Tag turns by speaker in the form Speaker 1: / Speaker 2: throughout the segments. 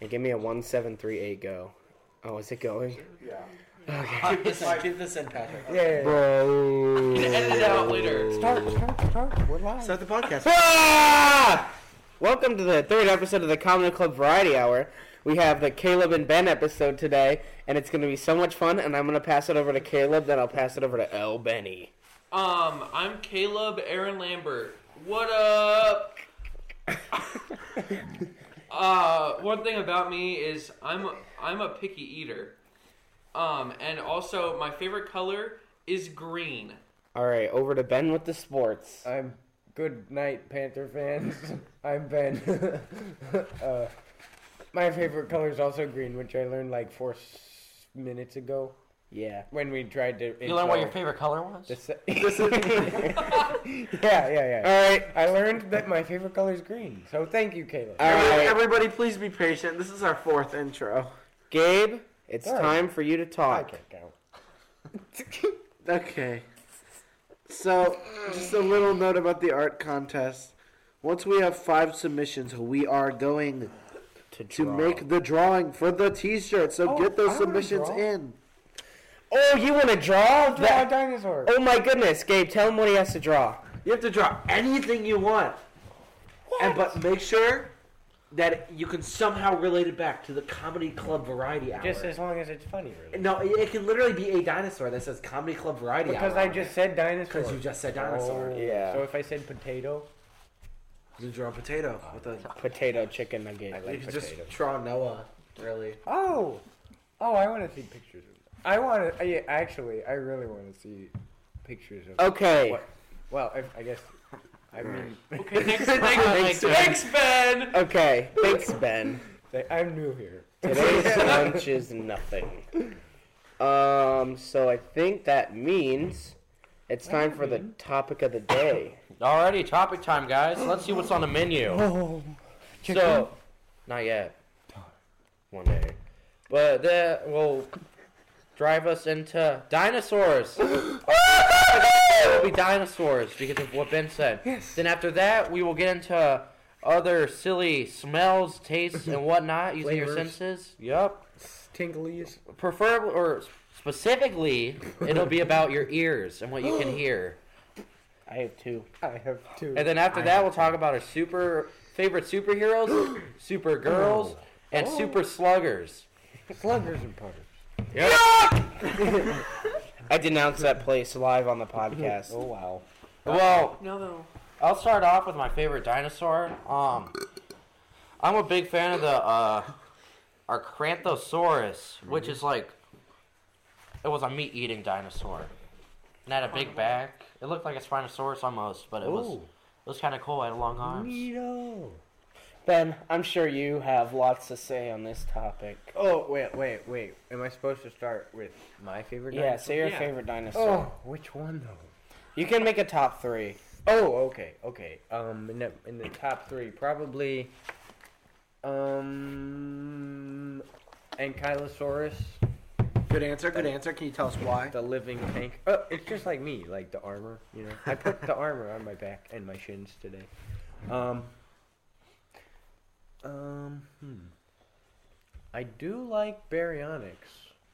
Speaker 1: And give me a one seven three eight go. Oh, is it going?
Speaker 2: Yeah.
Speaker 1: Okay.
Speaker 3: Keep this, in, keep this in, Patrick.
Speaker 2: Yeah.
Speaker 1: Bro.
Speaker 3: You can edit it out later.
Speaker 2: Start, start, start. We're live.
Speaker 3: Start the podcast.
Speaker 1: Ah! Welcome to the third episode of the Comedy Club Variety Hour. We have the Caleb and Ben episode today, and it's going to be so much fun. And I'm going to pass it over to Caleb, then I'll pass it over to L. Benny.
Speaker 4: Um, I'm Caleb Aaron Lambert. What up? uh, one thing about me is I'm I'm a picky eater. Um, and also my favorite color is green.
Speaker 1: All right, over to Ben with the sports.
Speaker 2: I'm good night, Panther fans. I'm Ben. uh, my favorite color is also green, which I learned like four s- minutes ago
Speaker 1: Yeah.
Speaker 2: when we tried to.
Speaker 3: You learn what your favorite color was?
Speaker 2: This, yeah, yeah, yeah.
Speaker 1: All right.
Speaker 2: I learned that my favorite color is green, so thank you, Caleb.
Speaker 1: All right,
Speaker 5: Everybody, please be patient. This is our fourth intro.
Speaker 1: Gabe, it's
Speaker 2: All right.
Speaker 1: time for you to
Speaker 2: I
Speaker 1: talk.
Speaker 2: can't count.
Speaker 5: Okay. So, just a little note about the art contest. Once we have five submissions, we are going to
Speaker 1: draw.
Speaker 5: make the drawing for the T-shirt. So
Speaker 2: Oh,
Speaker 5: get
Speaker 2: I
Speaker 5: those
Speaker 2: wanna
Speaker 5: submissions
Speaker 2: draw.
Speaker 5: in.
Speaker 1: Oh, you want to draw?
Speaker 2: Draw a
Speaker 1: That-
Speaker 2: dinosaur.
Speaker 1: oh my goodness, Gabe, tell him what he has to draw.
Speaker 5: You have to draw anything you want, and but make sure that you can somehow relate it back to the comedy club variety hour.
Speaker 2: Just as long as it's funny, really.
Speaker 5: no, it it can literally be a dinosaur that says comedy club variety
Speaker 2: Because I just said dinosaur.
Speaker 5: because you just said dinosaur.
Speaker 2: Oh,
Speaker 1: Yeah.
Speaker 2: So if I said potato,
Speaker 5: You draw a potato with a
Speaker 1: Potato chicken nugget. I
Speaker 5: you could just draw Noah, really.
Speaker 2: Oh, oh, I want to see pictures. of that. I want to. Yeah, actually, I really want to see pictures of.
Speaker 1: Okay.
Speaker 2: What? Well, I, I guess. I mean,
Speaker 4: Okay, thanks,
Speaker 1: Thanks,
Speaker 4: thanks, thanks, Ben.
Speaker 1: Okay. Thanks, Ben.
Speaker 2: they- I'm new here.
Speaker 1: Today's lunch is nothing. Um, so I think that means it's time for the topic of the day.
Speaker 3: Alrighty, topic time, guys. Let's see what's on the menu.
Speaker 2: Oh,
Speaker 3: So, not yet. One day. But that will drive us into dinosaurs. it will be dinosaurs because of what Ben said.
Speaker 2: Yes.
Speaker 3: Then after that, we will get into other silly smells, tastes, and whatnot using your
Speaker 2: Flavors.
Speaker 3: senses. Yup.
Speaker 2: tinglies.
Speaker 3: Preferably, or specifically, it'll be about your ears and what you can hear.
Speaker 1: I have two.
Speaker 2: I have two.
Speaker 3: And then after that, we'll talk about our super favorite superheroes, super girls, and
Speaker 2: Oh.
Speaker 3: super sluggers.
Speaker 2: Sluggers and putters.
Speaker 1: I denounced that place live on the podcast.
Speaker 2: Oh wow.
Speaker 3: Well,
Speaker 4: No, no.
Speaker 3: I'll start off with my favorite dinosaur. Um, I'm a big fan of the uh, our Cranthosaurus, which is like it was a meat-eating dinosaur. It had a big back. It looked like a Spinosaurus almost, but it was
Speaker 2: Ooh.
Speaker 3: it was kind of cool. It had long arms.
Speaker 2: Neato.
Speaker 1: Ben, I'm sure you have lots to say on this topic.
Speaker 2: Oh wait, wait, wait. Am I supposed to start with my favorite?
Speaker 1: Yeah,
Speaker 2: dinosaur?
Speaker 1: say your
Speaker 4: Yeah.
Speaker 1: favorite dinosaur.
Speaker 2: Oh, which one though?
Speaker 1: You can make a top three.
Speaker 2: Oh, okay, okay. Um, in the, in the top three, probably. Um, Ankylosaurus.
Speaker 5: Good answer. Good answer. Can you tell us why?
Speaker 2: the living tank. Oh, it's just like me, like the armor. You know, I put the armor on my back and my shins today. Um, um, hmm. I do like baryonyx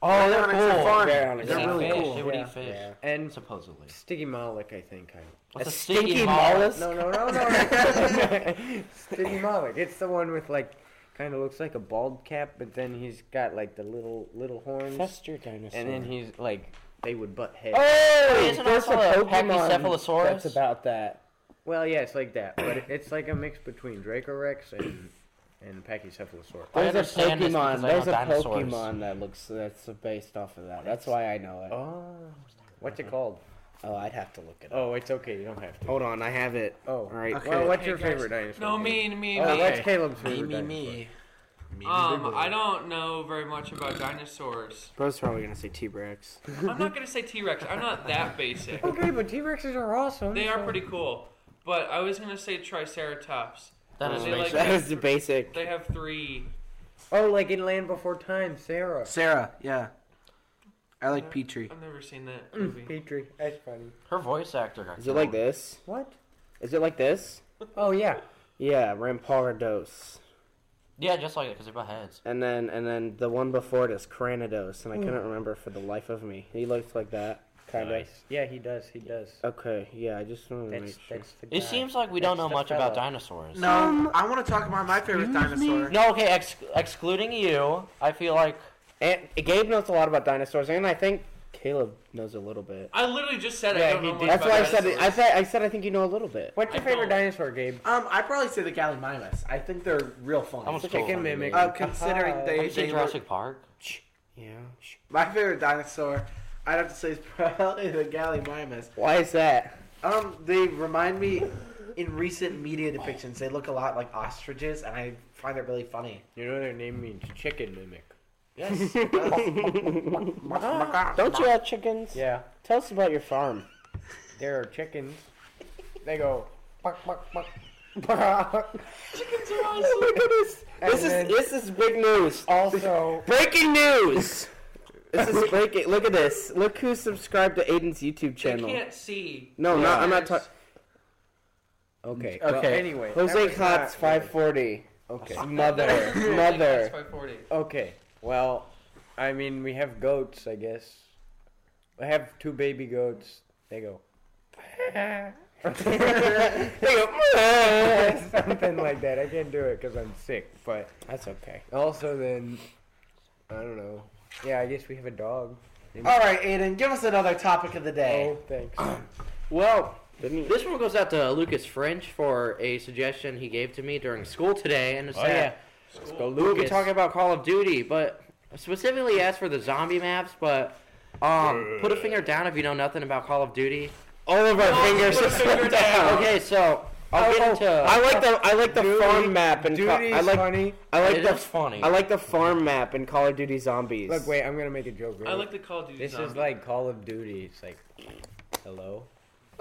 Speaker 3: Oh, they're
Speaker 5: Baryonyx are
Speaker 3: cool.
Speaker 5: fun.
Speaker 1: Baryonyx
Speaker 5: They're
Speaker 1: are
Speaker 5: really
Speaker 3: fish.
Speaker 5: cool.
Speaker 3: They would
Speaker 1: Yeah.
Speaker 3: eat fish,
Speaker 1: Yeah.
Speaker 2: and
Speaker 3: supposedly.
Speaker 2: stygimolic. I think I.
Speaker 3: What's
Speaker 1: a
Speaker 3: a stinky
Speaker 1: stinky
Speaker 3: mollusk?
Speaker 2: No, no, no, no. stygimolic. It's the one with like, kind of looks like a bald cap, but then he's got like the little little horns,
Speaker 1: Trust your dinosaur.
Speaker 2: and then he's like they would butt heads.
Speaker 1: Oh,
Speaker 3: Wait, isn't
Speaker 1: there's a
Speaker 3: also a
Speaker 1: Pokemon
Speaker 3: Pachycephalosaurus?
Speaker 1: that's about that.
Speaker 2: Well, yeah, it's like that, but it- it's like a mix between Dracorex and and Pachycephalosaurus.
Speaker 3: I
Speaker 1: There's a
Speaker 3: understand this
Speaker 1: Pokemon.
Speaker 3: because I know
Speaker 1: There's a
Speaker 3: dinosaurs.
Speaker 1: Pokemon that looks that's based off of that. That's why I know it. Oh,
Speaker 2: Oh, what's it called?
Speaker 1: I'd have to look it up.
Speaker 2: Oh, it's okay. You don't have to.
Speaker 1: Hold on, I have it.
Speaker 2: Oh,
Speaker 1: all right.
Speaker 5: Okay.
Speaker 2: Well, what's
Speaker 4: Hey,
Speaker 2: your
Speaker 4: guys.
Speaker 2: favorite dinosaur?
Speaker 4: No,
Speaker 2: Caleb?
Speaker 4: me, me, me.
Speaker 2: Oh, what's
Speaker 3: Okay.
Speaker 2: Caleb's
Speaker 5: Me,
Speaker 2: favorite
Speaker 5: me,
Speaker 2: dinosaur?
Speaker 5: me.
Speaker 4: Um, I don't know very much about dinosaurs.
Speaker 1: Bro's probably gonna say T-Rex.
Speaker 4: I'm not gonna say T-Rex. I'm not that basic.
Speaker 2: Okay, but T Rexes are awesome.
Speaker 4: They are
Speaker 2: so-
Speaker 4: pretty cool, but I was gonna say Triceratops.
Speaker 3: That is
Speaker 4: They like-
Speaker 3: basic.
Speaker 1: that is the basic.
Speaker 4: They have three.
Speaker 2: Oh, like in Land Before Time, Sarah.
Speaker 5: Sarah, yeah. I like Petrie.
Speaker 4: I've never seen that movie.
Speaker 2: Petrie, that's funny.
Speaker 3: Her voice actor got
Speaker 1: Is it like this?
Speaker 2: What?
Speaker 1: Is it like this?
Speaker 2: Oh yeah.
Speaker 1: Yeah, Rampardos.
Speaker 3: Yeah, just like it, because they're both heads.
Speaker 1: And then and then the one before it is Cranidos, and
Speaker 2: Hmm.
Speaker 1: I couldn't remember for the life of me. He looks like that, kind of.
Speaker 2: Yeah, he does. He does.
Speaker 1: Okay, yeah, I just want to make
Speaker 2: That's,
Speaker 1: sure.
Speaker 2: that's the
Speaker 3: It
Speaker 2: guy.
Speaker 3: seems like we
Speaker 2: That's
Speaker 3: don't know
Speaker 2: the
Speaker 3: much about
Speaker 2: fella.
Speaker 3: dinosaurs.
Speaker 5: No, I want to talk about my favorite dinosaur.
Speaker 3: No, okay, ex- excluding you, I feel like
Speaker 1: And Gabe knows a lot about dinosaurs, and I think Caleb knows a little bit.
Speaker 4: I literally just said
Speaker 2: Yeah,
Speaker 4: I don't
Speaker 2: he
Speaker 4: know
Speaker 2: did.
Speaker 4: much
Speaker 1: That's
Speaker 4: about
Speaker 1: why I said it. I
Speaker 4: dinosaurs.
Speaker 1: said I said I think you know a little bit.
Speaker 2: What's your
Speaker 4: I
Speaker 2: favorite
Speaker 4: don't.
Speaker 2: dinosaur, Gabe?
Speaker 5: Um, I probably say the Gallimimus. I think they're real fun.
Speaker 3: I'm a
Speaker 2: chicken
Speaker 3: cool.
Speaker 2: mimic.
Speaker 5: Uh, considering
Speaker 3: Have
Speaker 5: they,
Speaker 3: you seen
Speaker 5: they look-
Speaker 3: Jurassic Park?
Speaker 1: Yeah. sh-
Speaker 5: my favorite dinosaur, I'd have to say is probably the Gallimimus.
Speaker 1: Why is that?
Speaker 5: Um, they remind me in recent media depictions, they look a lot like ostriches, and I find it really funny.
Speaker 2: You know their name means chicken mimic.
Speaker 5: Yes. it does.
Speaker 1: Don't you have chickens?
Speaker 2: Yeah,
Speaker 1: Tell us about your farm.
Speaker 2: there are chickens. They go. "Buck, buck, buck."
Speaker 4: Chickens are awesome.
Speaker 1: Look at this.
Speaker 2: Oh And
Speaker 1: This
Speaker 2: then-
Speaker 1: is this is big news.
Speaker 2: Also,
Speaker 1: Breaking news. this is breaking. Look at this. Look who subscribed to Aiden's YouTube
Speaker 4: They
Speaker 1: channel.
Speaker 4: can't see.
Speaker 1: No, no, I'm not talking.
Speaker 4: Yes.
Speaker 1: Okay.
Speaker 5: Okay.
Speaker 2: anyway, that
Speaker 1: Jose
Speaker 2: was not
Speaker 1: Kotz, 540.
Speaker 2: Okay.
Speaker 1: Mother,
Speaker 4: Like,
Speaker 1: mother.
Speaker 4: that's 540.
Speaker 2: Okay. Well, I mean, we have goats, I guess. I have two baby goats. They go
Speaker 1: That's
Speaker 2: something like that. I can't do it because I'm sick. But
Speaker 1: okay.
Speaker 2: also, then I don't know. Yeah, I guess we have a dog.
Speaker 5: All right, Aiden, give us another topic of the
Speaker 2: Oh,
Speaker 5: day.
Speaker 2: thanks.
Speaker 3: Well,
Speaker 1: Didn't
Speaker 3: this one goes out to Lucas French for a suggestion he gave to me during school today, and it's
Speaker 2: Oh,
Speaker 3: that
Speaker 2: yeah.
Speaker 4: Cool.
Speaker 3: we were talking about Call of Duty, but specifically asked for the zombie maps, but. Um, put a finger down if you know nothing about Call of Duty.
Speaker 1: all of our
Speaker 4: No,
Speaker 1: fingers
Speaker 4: put a
Speaker 1: are
Speaker 4: finger
Speaker 1: down.
Speaker 4: down.
Speaker 1: Okay.
Speaker 3: Okay, so I'll
Speaker 1: Oh,
Speaker 3: get into.
Speaker 1: I like the I like the
Speaker 2: Duty-
Speaker 1: farm map and
Speaker 2: Duty
Speaker 1: I
Speaker 2: is
Speaker 1: like
Speaker 2: funny.
Speaker 1: I like
Speaker 3: It
Speaker 1: the
Speaker 3: is funny.
Speaker 1: I like the farm map in Call of Duty Zombies.
Speaker 2: Look, wait, I'm gonna make a joke.
Speaker 4: I
Speaker 2: Really.
Speaker 4: like the Call of Duty.
Speaker 2: this is
Speaker 4: zombie.
Speaker 2: like Call of Duty. It's like, hello.
Speaker 1: Oh!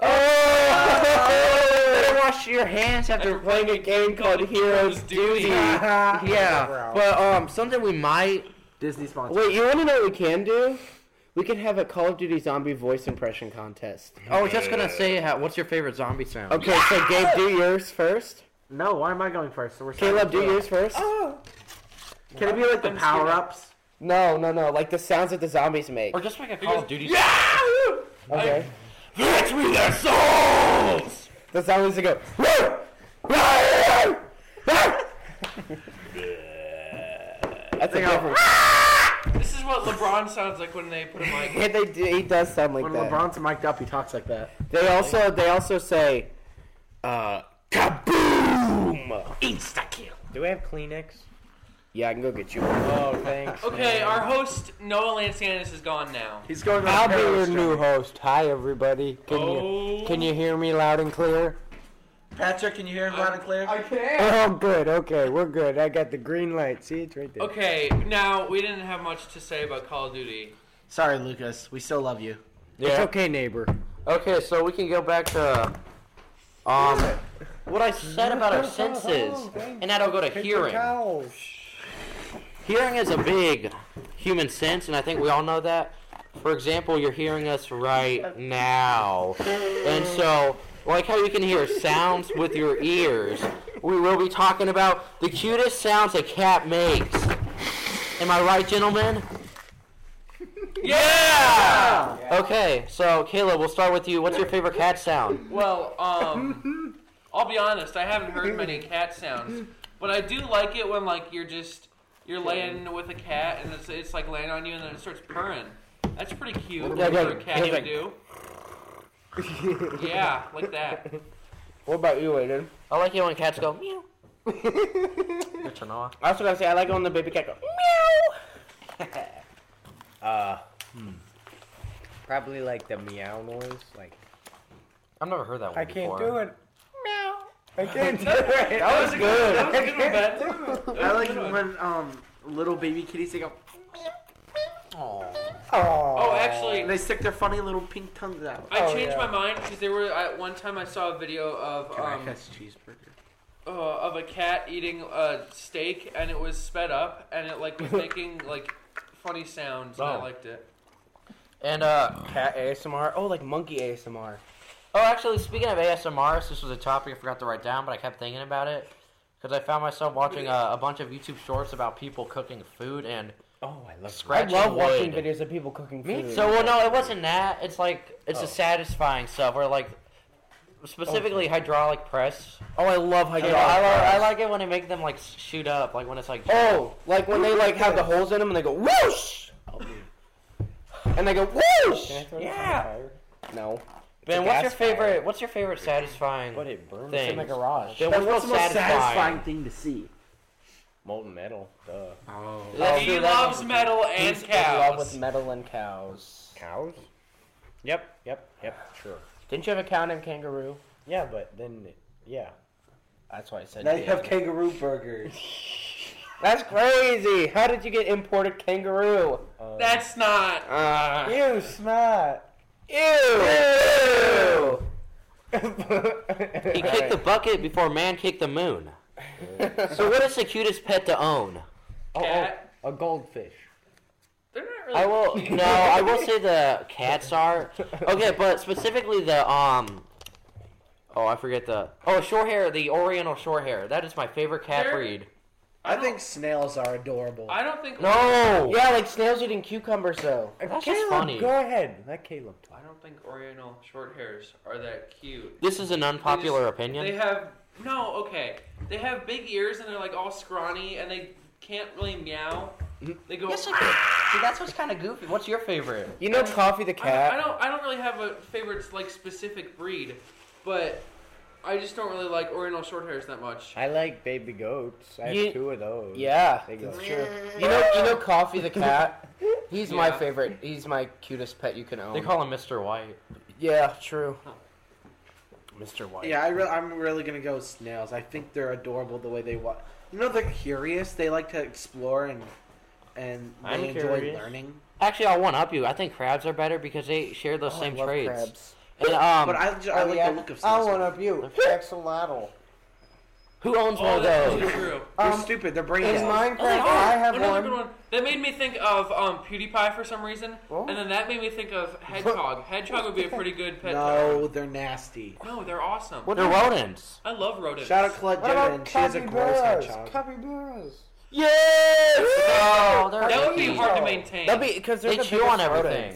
Speaker 1: Better wash your hands after playing a game called Heroes Duty.
Speaker 3: yeah, but um, something we might.
Speaker 5: Disney sponsor.
Speaker 1: Wait, you want to know what we can do? We can have a Call of Duty zombie voice impression contest.
Speaker 3: I was just gonna say, how, what's your favorite zombie sound?
Speaker 1: Okay, so Gabe, do yours first.
Speaker 5: No, why am I going first? So we're
Speaker 1: Caleb, do
Speaker 5: starting with
Speaker 1: yours first.
Speaker 5: Caleb. Can it be like the
Speaker 4: I'm scared.
Speaker 5: power ups?
Speaker 1: No, no, no. Like the sounds that the zombies make.
Speaker 3: Or just like a
Speaker 4: Because-
Speaker 3: Call of Duty. Yeah,
Speaker 1: Okay.
Speaker 3: that's me, their souls.
Speaker 1: The zombies that go. That's a different.
Speaker 4: This is what LeBron sounds like when they put a mic.
Speaker 1: Yeah, they do, he does sound like
Speaker 5: When
Speaker 1: that.
Speaker 5: LeBron's mic'd up, he talks like that.
Speaker 1: They also they also say, uh, kaboom.
Speaker 3: Insta kill.
Speaker 2: Do we have Kleenex?
Speaker 1: Yeah, I can go get you. one.
Speaker 2: Oh, thanks.
Speaker 4: Okay, our host Noah Lansanis is gone now.
Speaker 5: He's going on
Speaker 2: I'll
Speaker 5: a
Speaker 2: be your
Speaker 5: perilous
Speaker 2: new
Speaker 5: journey.
Speaker 2: host. Hi, everybody. Can you can you hear me loud and clear?
Speaker 5: Patrick, can you hear him loud and clear?
Speaker 2: Oh, good. Okay, we're good. I got the green light. See, it's right there.
Speaker 4: Okay, now we didn't have much to say about Call of Duty.
Speaker 5: Sorry, Lucas. We still love you.
Speaker 2: It's
Speaker 3: Yeah.
Speaker 2: okay, neighbor.
Speaker 3: Okay, so we can go back to um what I said about our senses, and that'll go to hearing.
Speaker 5: Oh,
Speaker 3: Hearing is a big human sense, and I think we all know that. For example, you're hearing us right now, and so like how you can hear sounds with your ears, we will be talking about the cutest sounds a cat makes. Am I right, gentlemen? Yeah! Okay, so Caleb, we'll start with you. What's your favorite cat sound?
Speaker 4: Well, um, I'll be honest, I haven't heard many cat sounds, but I do like it when like you're just you're laying with a cat and it's, it's like laying on you and then it starts purring. That's pretty cute
Speaker 1: Yeah,
Speaker 4: for a
Speaker 1: yeah,
Speaker 4: cat
Speaker 1: yeah,
Speaker 4: to do. Yeah, like that.
Speaker 1: What about you, Aiden?
Speaker 3: I like it when cats go meow. Which I know.
Speaker 1: That's what I say. I like it when the baby cat go.
Speaker 2: Probably like the meow noise. Like
Speaker 3: I've never heard that one
Speaker 2: I can't
Speaker 3: before.
Speaker 2: do it. Meow. I can't do it.
Speaker 4: That was good. That was a good one, Ben. That was
Speaker 5: I
Speaker 4: a
Speaker 5: like
Speaker 4: good one.
Speaker 5: when um little baby kitties they go
Speaker 2: Oh.
Speaker 4: Oh,
Speaker 5: and
Speaker 4: actually,
Speaker 5: they stick their funny little pink tongues out.
Speaker 4: I
Speaker 2: Oh,
Speaker 4: changed
Speaker 2: yeah.
Speaker 4: my mind because there were at one time I saw a video of
Speaker 5: Can I
Speaker 4: um,
Speaker 5: catch cheeseburger.
Speaker 4: uh, of a cat eating a steak and it was sped up and it like was making like funny sounds and I
Speaker 3: Oh.
Speaker 4: liked it.
Speaker 3: And uh,
Speaker 1: Cat ASMR. Oh, like monkey ASMR.
Speaker 3: oh, actually, speaking of ASMR, so this was a topic I forgot to write down, but I kept thinking about it because I found myself watching uh, a, a bunch of YouTube shorts about people cooking food and
Speaker 5: Oh, I love
Speaker 1: I
Speaker 3: scratching
Speaker 1: love watching
Speaker 3: wood.
Speaker 1: videos of people cooking food.
Speaker 3: So well, no, it wasn't that. It's like it's the satisfying stuff where like specifically hydraulic press.
Speaker 1: oh, I love
Speaker 3: You
Speaker 1: hydraulic.
Speaker 3: know, I,
Speaker 1: press.
Speaker 3: like, I like it when they make them like shoot up, like when it's like
Speaker 1: Oh, like when they like have the holes in them and they go whoosh, and they go whoosh.
Speaker 2: Can I throw
Speaker 1: Yeah.
Speaker 2: this on fire?
Speaker 1: No.
Speaker 3: Ben, what's your
Speaker 2: gas fire.
Speaker 3: favorite? What's your favorite satisfying?
Speaker 2: But it burns
Speaker 3: Things.
Speaker 2: in the garage.
Speaker 3: Ben,
Speaker 5: What's,
Speaker 3: what's,
Speaker 5: the
Speaker 3: most
Speaker 5: most
Speaker 3: satisfying?
Speaker 5: satisfying thing to see?
Speaker 2: Molten metal. Duh.
Speaker 1: Oh,
Speaker 4: he loves metal and
Speaker 1: He's in love with
Speaker 4: cows.
Speaker 1: metal and cows.
Speaker 2: Cows? Yep, yep, yep, sure.
Speaker 1: Didn't you have a cow named Kangaroo?
Speaker 2: Yeah, but then, yeah.
Speaker 1: That's why I said.
Speaker 5: Now you have kangaroo burgers.
Speaker 1: That's crazy. How did you get imported kangaroo?
Speaker 2: Um,
Speaker 4: That's not.
Speaker 1: Uh,
Speaker 2: You snot!
Speaker 1: ew. Ew.
Speaker 3: He kicked the bucket before man kicked the moon. so what is the cutest pet to own?
Speaker 1: oh,
Speaker 4: Cat.
Speaker 2: A goldfish.
Speaker 4: They're not really.
Speaker 3: I will no, I will say the cats are okay, but specifically the um. Oh, I forget the oh short hair, the Oriental short hair. That is my favorite cat
Speaker 4: They're-
Speaker 3: breed.
Speaker 5: I think snails are adorable.
Speaker 4: I don't think.
Speaker 3: No,
Speaker 1: Yeah, like snails eating cucumbers though.
Speaker 3: That's just
Speaker 2: Caleb,
Speaker 3: funny.
Speaker 2: go ahead. Let Caleb talk.
Speaker 4: I don't think Oriental short hairs are that cute.
Speaker 3: this is an unpopular
Speaker 4: They just-
Speaker 3: opinion.
Speaker 4: They have no. Okay, they have big ears and they're like all scrawny and they can't really meow.
Speaker 1: Mm-hmm.
Speaker 4: They go.
Speaker 3: Yes, I could. See, that's what's kind of goofy. What's your favorite?
Speaker 1: You know Coffee the
Speaker 4: I don't, I
Speaker 1: cat.
Speaker 4: don't. I don't really have a favorite like specific breed, but I just don't really like Oriental short hairs that much.
Speaker 2: I like baby goats. I have
Speaker 1: You-
Speaker 2: two of those.
Speaker 1: Yeah,
Speaker 2: They go-
Speaker 1: that's true. You know, you know Coffee the cat. He's my
Speaker 4: Yeah.
Speaker 1: favorite. He's my cutest pet you can own.
Speaker 3: They call him Mr. White.
Speaker 1: yeah, true.
Speaker 3: Mr. White.
Speaker 5: Yeah, I re- I'm really gonna go with snails. I think they're adorable the way they walk. You know, they're curious. They like to explore and and they
Speaker 3: I'm
Speaker 5: enjoy
Speaker 3: curious.
Speaker 5: learning.
Speaker 3: Actually, I one up you. I think crabs are better because they share those
Speaker 1: Oh, I
Speaker 3: same
Speaker 1: love
Speaker 3: traits.
Speaker 1: crabs.
Speaker 3: And um,
Speaker 5: But I, just, I like the look of snails.
Speaker 2: one up you. Axolotl.
Speaker 3: who owns one
Speaker 4: Oh,
Speaker 3: of
Speaker 4: that's
Speaker 3: those?
Speaker 4: really true.
Speaker 5: They're
Speaker 2: Um,
Speaker 5: stupid. They're brain
Speaker 2: In
Speaker 5: dead.
Speaker 2: Minecraft,
Speaker 4: Oh, they are.
Speaker 2: I have
Speaker 4: Another
Speaker 2: one.
Speaker 4: good one. That made me think of um, PewDiePie for some reason,
Speaker 2: Oh.
Speaker 4: and then that made me think of Hedgehog. Hedgehog would be a pretty good pet.
Speaker 5: No, they're nasty.
Speaker 4: to own. no, they're awesome.
Speaker 3: They're rodents.
Speaker 4: I love rodents.
Speaker 5: Shout out Claude
Speaker 2: What about
Speaker 5: Jenner. She has a gross
Speaker 2: capybaras?
Speaker 5: hedgehog.
Speaker 2: Capybaras.
Speaker 1: Yes.
Speaker 3: Oh, they're
Speaker 4: that would be
Speaker 3: icky.
Speaker 4: hard to maintain.
Speaker 1: That'd be because
Speaker 3: They chew on everything.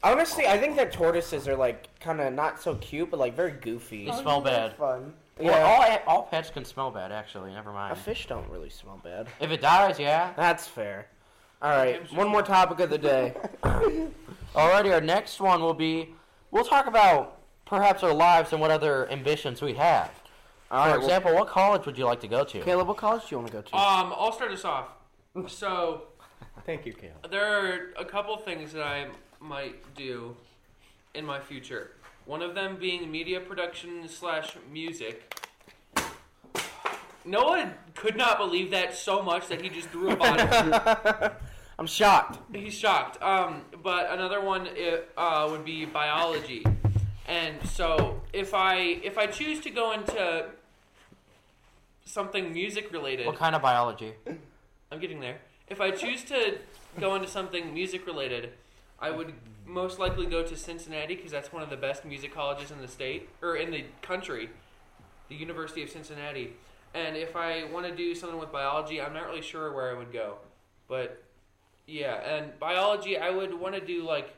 Speaker 1: Honestly, I think that tortoises are like kind of not so cute, but like very goofy.
Speaker 3: They smell bad.
Speaker 2: Fun.
Speaker 3: Well, all all pets can smell bad. Actually, never
Speaker 1: A
Speaker 3: mind.
Speaker 1: fish don't really smell bad.
Speaker 3: If it dies, yeah.
Speaker 1: That's fair. All right, one more topic of the day.
Speaker 3: Alrighty, our next one will be. We'll talk about perhaps our lives and what other ambitions we have.
Speaker 1: All
Speaker 3: For
Speaker 1: right, well,
Speaker 3: example, what college would you like to go to?
Speaker 1: Caleb, what college do you want to go to?
Speaker 4: Um, I'll start us off. So
Speaker 2: Thank you, Caleb.
Speaker 4: there are a couple things that I might do in my future. One of them being media production slash music. Noah could not believe that so much that he just threw a bottle.
Speaker 1: I'm shocked.
Speaker 4: He's shocked. Um, but another one it, uh, would be biology, and so if I if I choose to go into something music related,
Speaker 3: What kind of biology?
Speaker 4: I'm getting there. If I choose to go into something music related, I would most likely go to Cincinnati because that's one of the best music colleges in the state or in the country, the University of Cincinnati. And if I want to do something with biology, I'm not really sure where I would go. But yeah, and biology, I would want to do like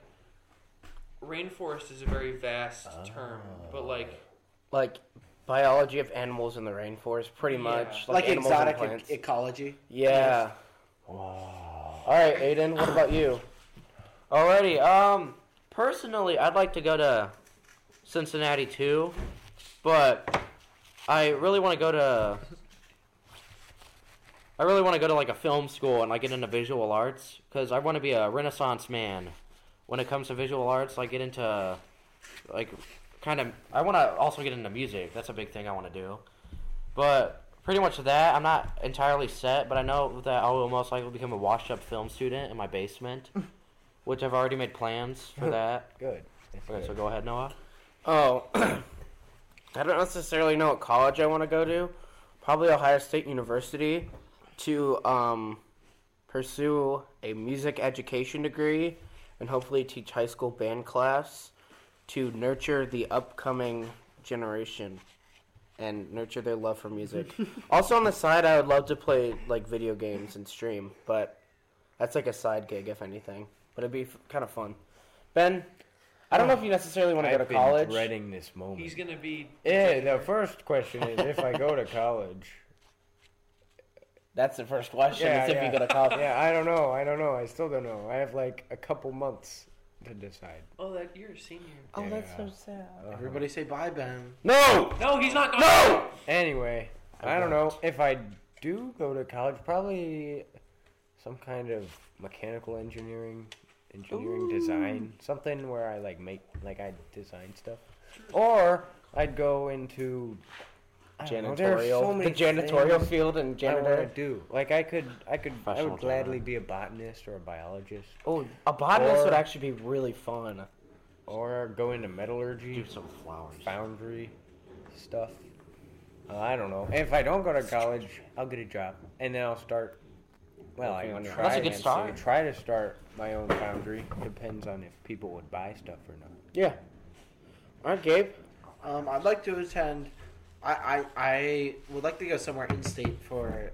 Speaker 4: rainforest is a very vast term, but like
Speaker 1: Like biology of animals in the rainforest, pretty
Speaker 4: Yeah.
Speaker 1: much.
Speaker 5: Like
Speaker 1: animals and
Speaker 5: exotic
Speaker 1: plants.
Speaker 5: e- ecology.
Speaker 1: Yeah. Wow. All right, Aiden, what about you?
Speaker 3: Alrighty, um, personally, I'd like to go to Cincinnati too, but I really want to go to. I really want to go to like a film school and like get into visual arts because I want to be a Renaissance man. When it comes to visual arts, like get into, like, kind of. I want to also get into music. That's a big thing I want to do, but pretty much that I'm not entirely set. But I know that I will most likely become a washed-up film student in my basement. Which I've already made plans for that.
Speaker 2: Good. That's
Speaker 3: Okay, so
Speaker 2: good.
Speaker 3: go ahead, Noah.
Speaker 1: Oh, I don't necessarily know what college I want to go to. Probably Ohio State University to um, pursue a music education degree and hopefully teach high school band class to nurture the upcoming generation and nurture their love for music. also on the side, I would love to play like video games and stream, but that's like a side gig if anything. But it'd be f- kind of fun. Ben, I don't know if you necessarily want to go to
Speaker 2: I've been
Speaker 1: college.
Speaker 2: dreading this moment.
Speaker 4: He's gonna be.
Speaker 2: Yeah, the first question is if I go to college.
Speaker 1: That's the first question.
Speaker 2: Yeah,
Speaker 1: is if
Speaker 2: yeah.
Speaker 1: you go to college.
Speaker 2: Yeah, I don't know. I don't know. I still don't know. I have like a couple months to decide.
Speaker 4: Oh, that you're a senior.
Speaker 2: Oh, that's so
Speaker 1: sad.
Speaker 5: Everybody say bye, Ben.
Speaker 1: No,
Speaker 4: No, he's not. Going
Speaker 1: no.
Speaker 2: Anyway, I, don't know if I do go to college. Probably some kind of mechanical engineering, engineering design, something where I like make like I design stuff, or I'd go into I don't know, there are
Speaker 1: Janitorial,
Speaker 2: so many
Speaker 1: the janitorial
Speaker 2: things
Speaker 1: field and
Speaker 2: I
Speaker 1: janitor.
Speaker 2: want to do. Like I could, I could, I
Speaker 3: Professional
Speaker 2: would gladly
Speaker 3: development.
Speaker 2: be a botanist or a biologist,
Speaker 1: Oh, a botanist
Speaker 2: Or-
Speaker 1: would actually be really fun.
Speaker 2: or go into metallurgy.
Speaker 3: Do some flowers.
Speaker 2: foundry stuff. Uh, I don't know. If I don't go to college, I'll get a job, and then I'll start. Well, I
Speaker 1: Working on
Speaker 2: try,
Speaker 1: your
Speaker 3: That's a good
Speaker 2: to-
Speaker 3: start.
Speaker 2: try to start my own foundry. Depends on if people would buy stuff or not.
Speaker 1: Yeah. All right, Gabe.
Speaker 5: Um, I'd like to attend. I, I I would like to go somewhere in state for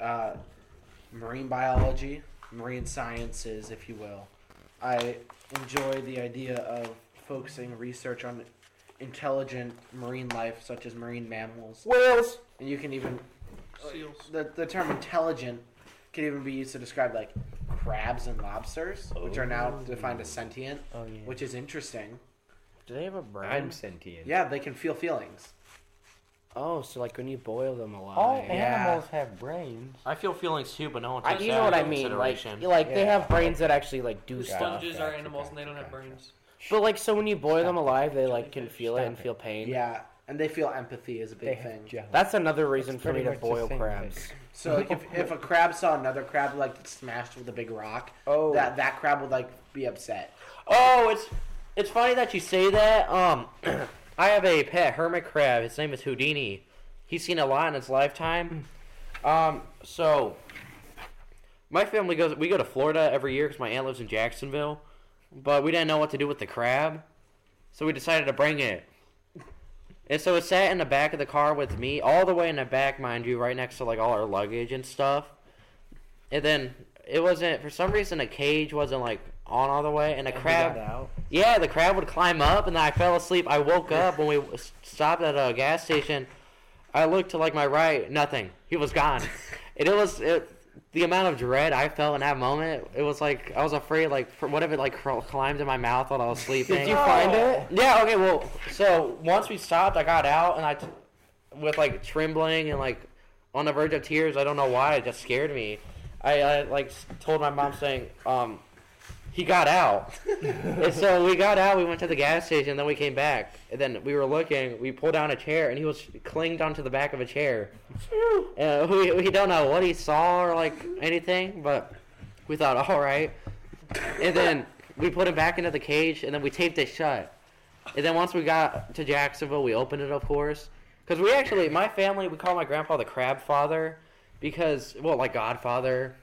Speaker 5: uh, marine biology, marine sciences, if you will. I enjoy the idea of focusing research on intelligent marine life, such as marine mammals,
Speaker 1: Whales.
Speaker 5: and you can even
Speaker 4: Seals.
Speaker 5: the, the term intelligent can even be used to describe like crabs and lobsters, which are now defined as sentient,
Speaker 1: Oh yeah.
Speaker 5: which is interesting.
Speaker 1: Do they have a brain?
Speaker 2: I'm sentient.
Speaker 5: Yeah, they can feel feelings.
Speaker 1: Oh, so like when you boil them alive.
Speaker 2: All
Speaker 5: yeah.
Speaker 2: animals have brains.
Speaker 3: I feel feelings too, but no one
Speaker 1: I,
Speaker 3: takes
Speaker 1: you
Speaker 3: that
Speaker 1: know what I
Speaker 3: into
Speaker 1: mean? Like,
Speaker 3: consideration.
Speaker 1: like they
Speaker 2: Yeah.
Speaker 1: have brains that actually like do
Speaker 4: The
Speaker 1: stuff.
Speaker 4: sponges are
Speaker 2: Gotcha,
Speaker 4: animals and they
Speaker 2: gotcha,
Speaker 4: don't have
Speaker 2: gotcha.
Speaker 4: brains.
Speaker 1: But like, so when you boil them alive, they like can
Speaker 2: Jellyfish,
Speaker 1: feel it and
Speaker 2: stop it.
Speaker 1: feel pain.
Speaker 5: Yeah, and they feel empathy is a
Speaker 2: They
Speaker 5: big
Speaker 2: have
Speaker 5: thing.
Speaker 2: jealous.
Speaker 1: That's another reason for
Speaker 2: pretty
Speaker 1: me to
Speaker 2: much the
Speaker 1: boil
Speaker 2: same
Speaker 1: crabs.
Speaker 2: thing.
Speaker 5: So like if, if a crab saw another crab like get smashed with a big rock,
Speaker 2: Oh.
Speaker 5: that that crab would like be upset.
Speaker 3: Oh, it's it's funny that you say that. Um, I have a pet hermit crab. His name is Houdini. He's seen a lot in his lifetime. Um, so my family goes. We go to Florida every year because my aunt lives in Jacksonville, but we didn't know what to do with the crab, so we decided to bring it. And so it sat in the back of the car with me, all the way in the back, mind you, right next to like all our luggage and stuff. And then it wasn't for some reason the cage wasn't like on all the way, and the crab. Yeah, the crab would climb up, and then I fell asleep. I woke up when we s- stopped at a gas station. I looked to like my right, nothing. He was gone. and it was it, the amount of dread I felt in that moment. It was like I was afraid, like for whatever like cr- climbed in my mouth while I was sleeping.
Speaker 1: Did you
Speaker 5: Oh.
Speaker 1: find it?
Speaker 3: Yeah. Okay. Well, so once we stopped, I got out and I, t- with like trembling and like on the verge of tears. I don't know why. It just scared me. I, I like s- told my mom saying, um, he got out. and so we got out. We went to the gas station. Then we came back. And then we were looking. We pulled down a chair, and he was clinged onto the back of a chair. Uh, we we don't know what he saw or like anything, but we thought, all right. And then we put him back into the cage, and then we taped it shut. And then once we got to Jacksonville, we opened it, of course, because we actually, my family, we call my grandpa the Crab Father, because well, like Godfather,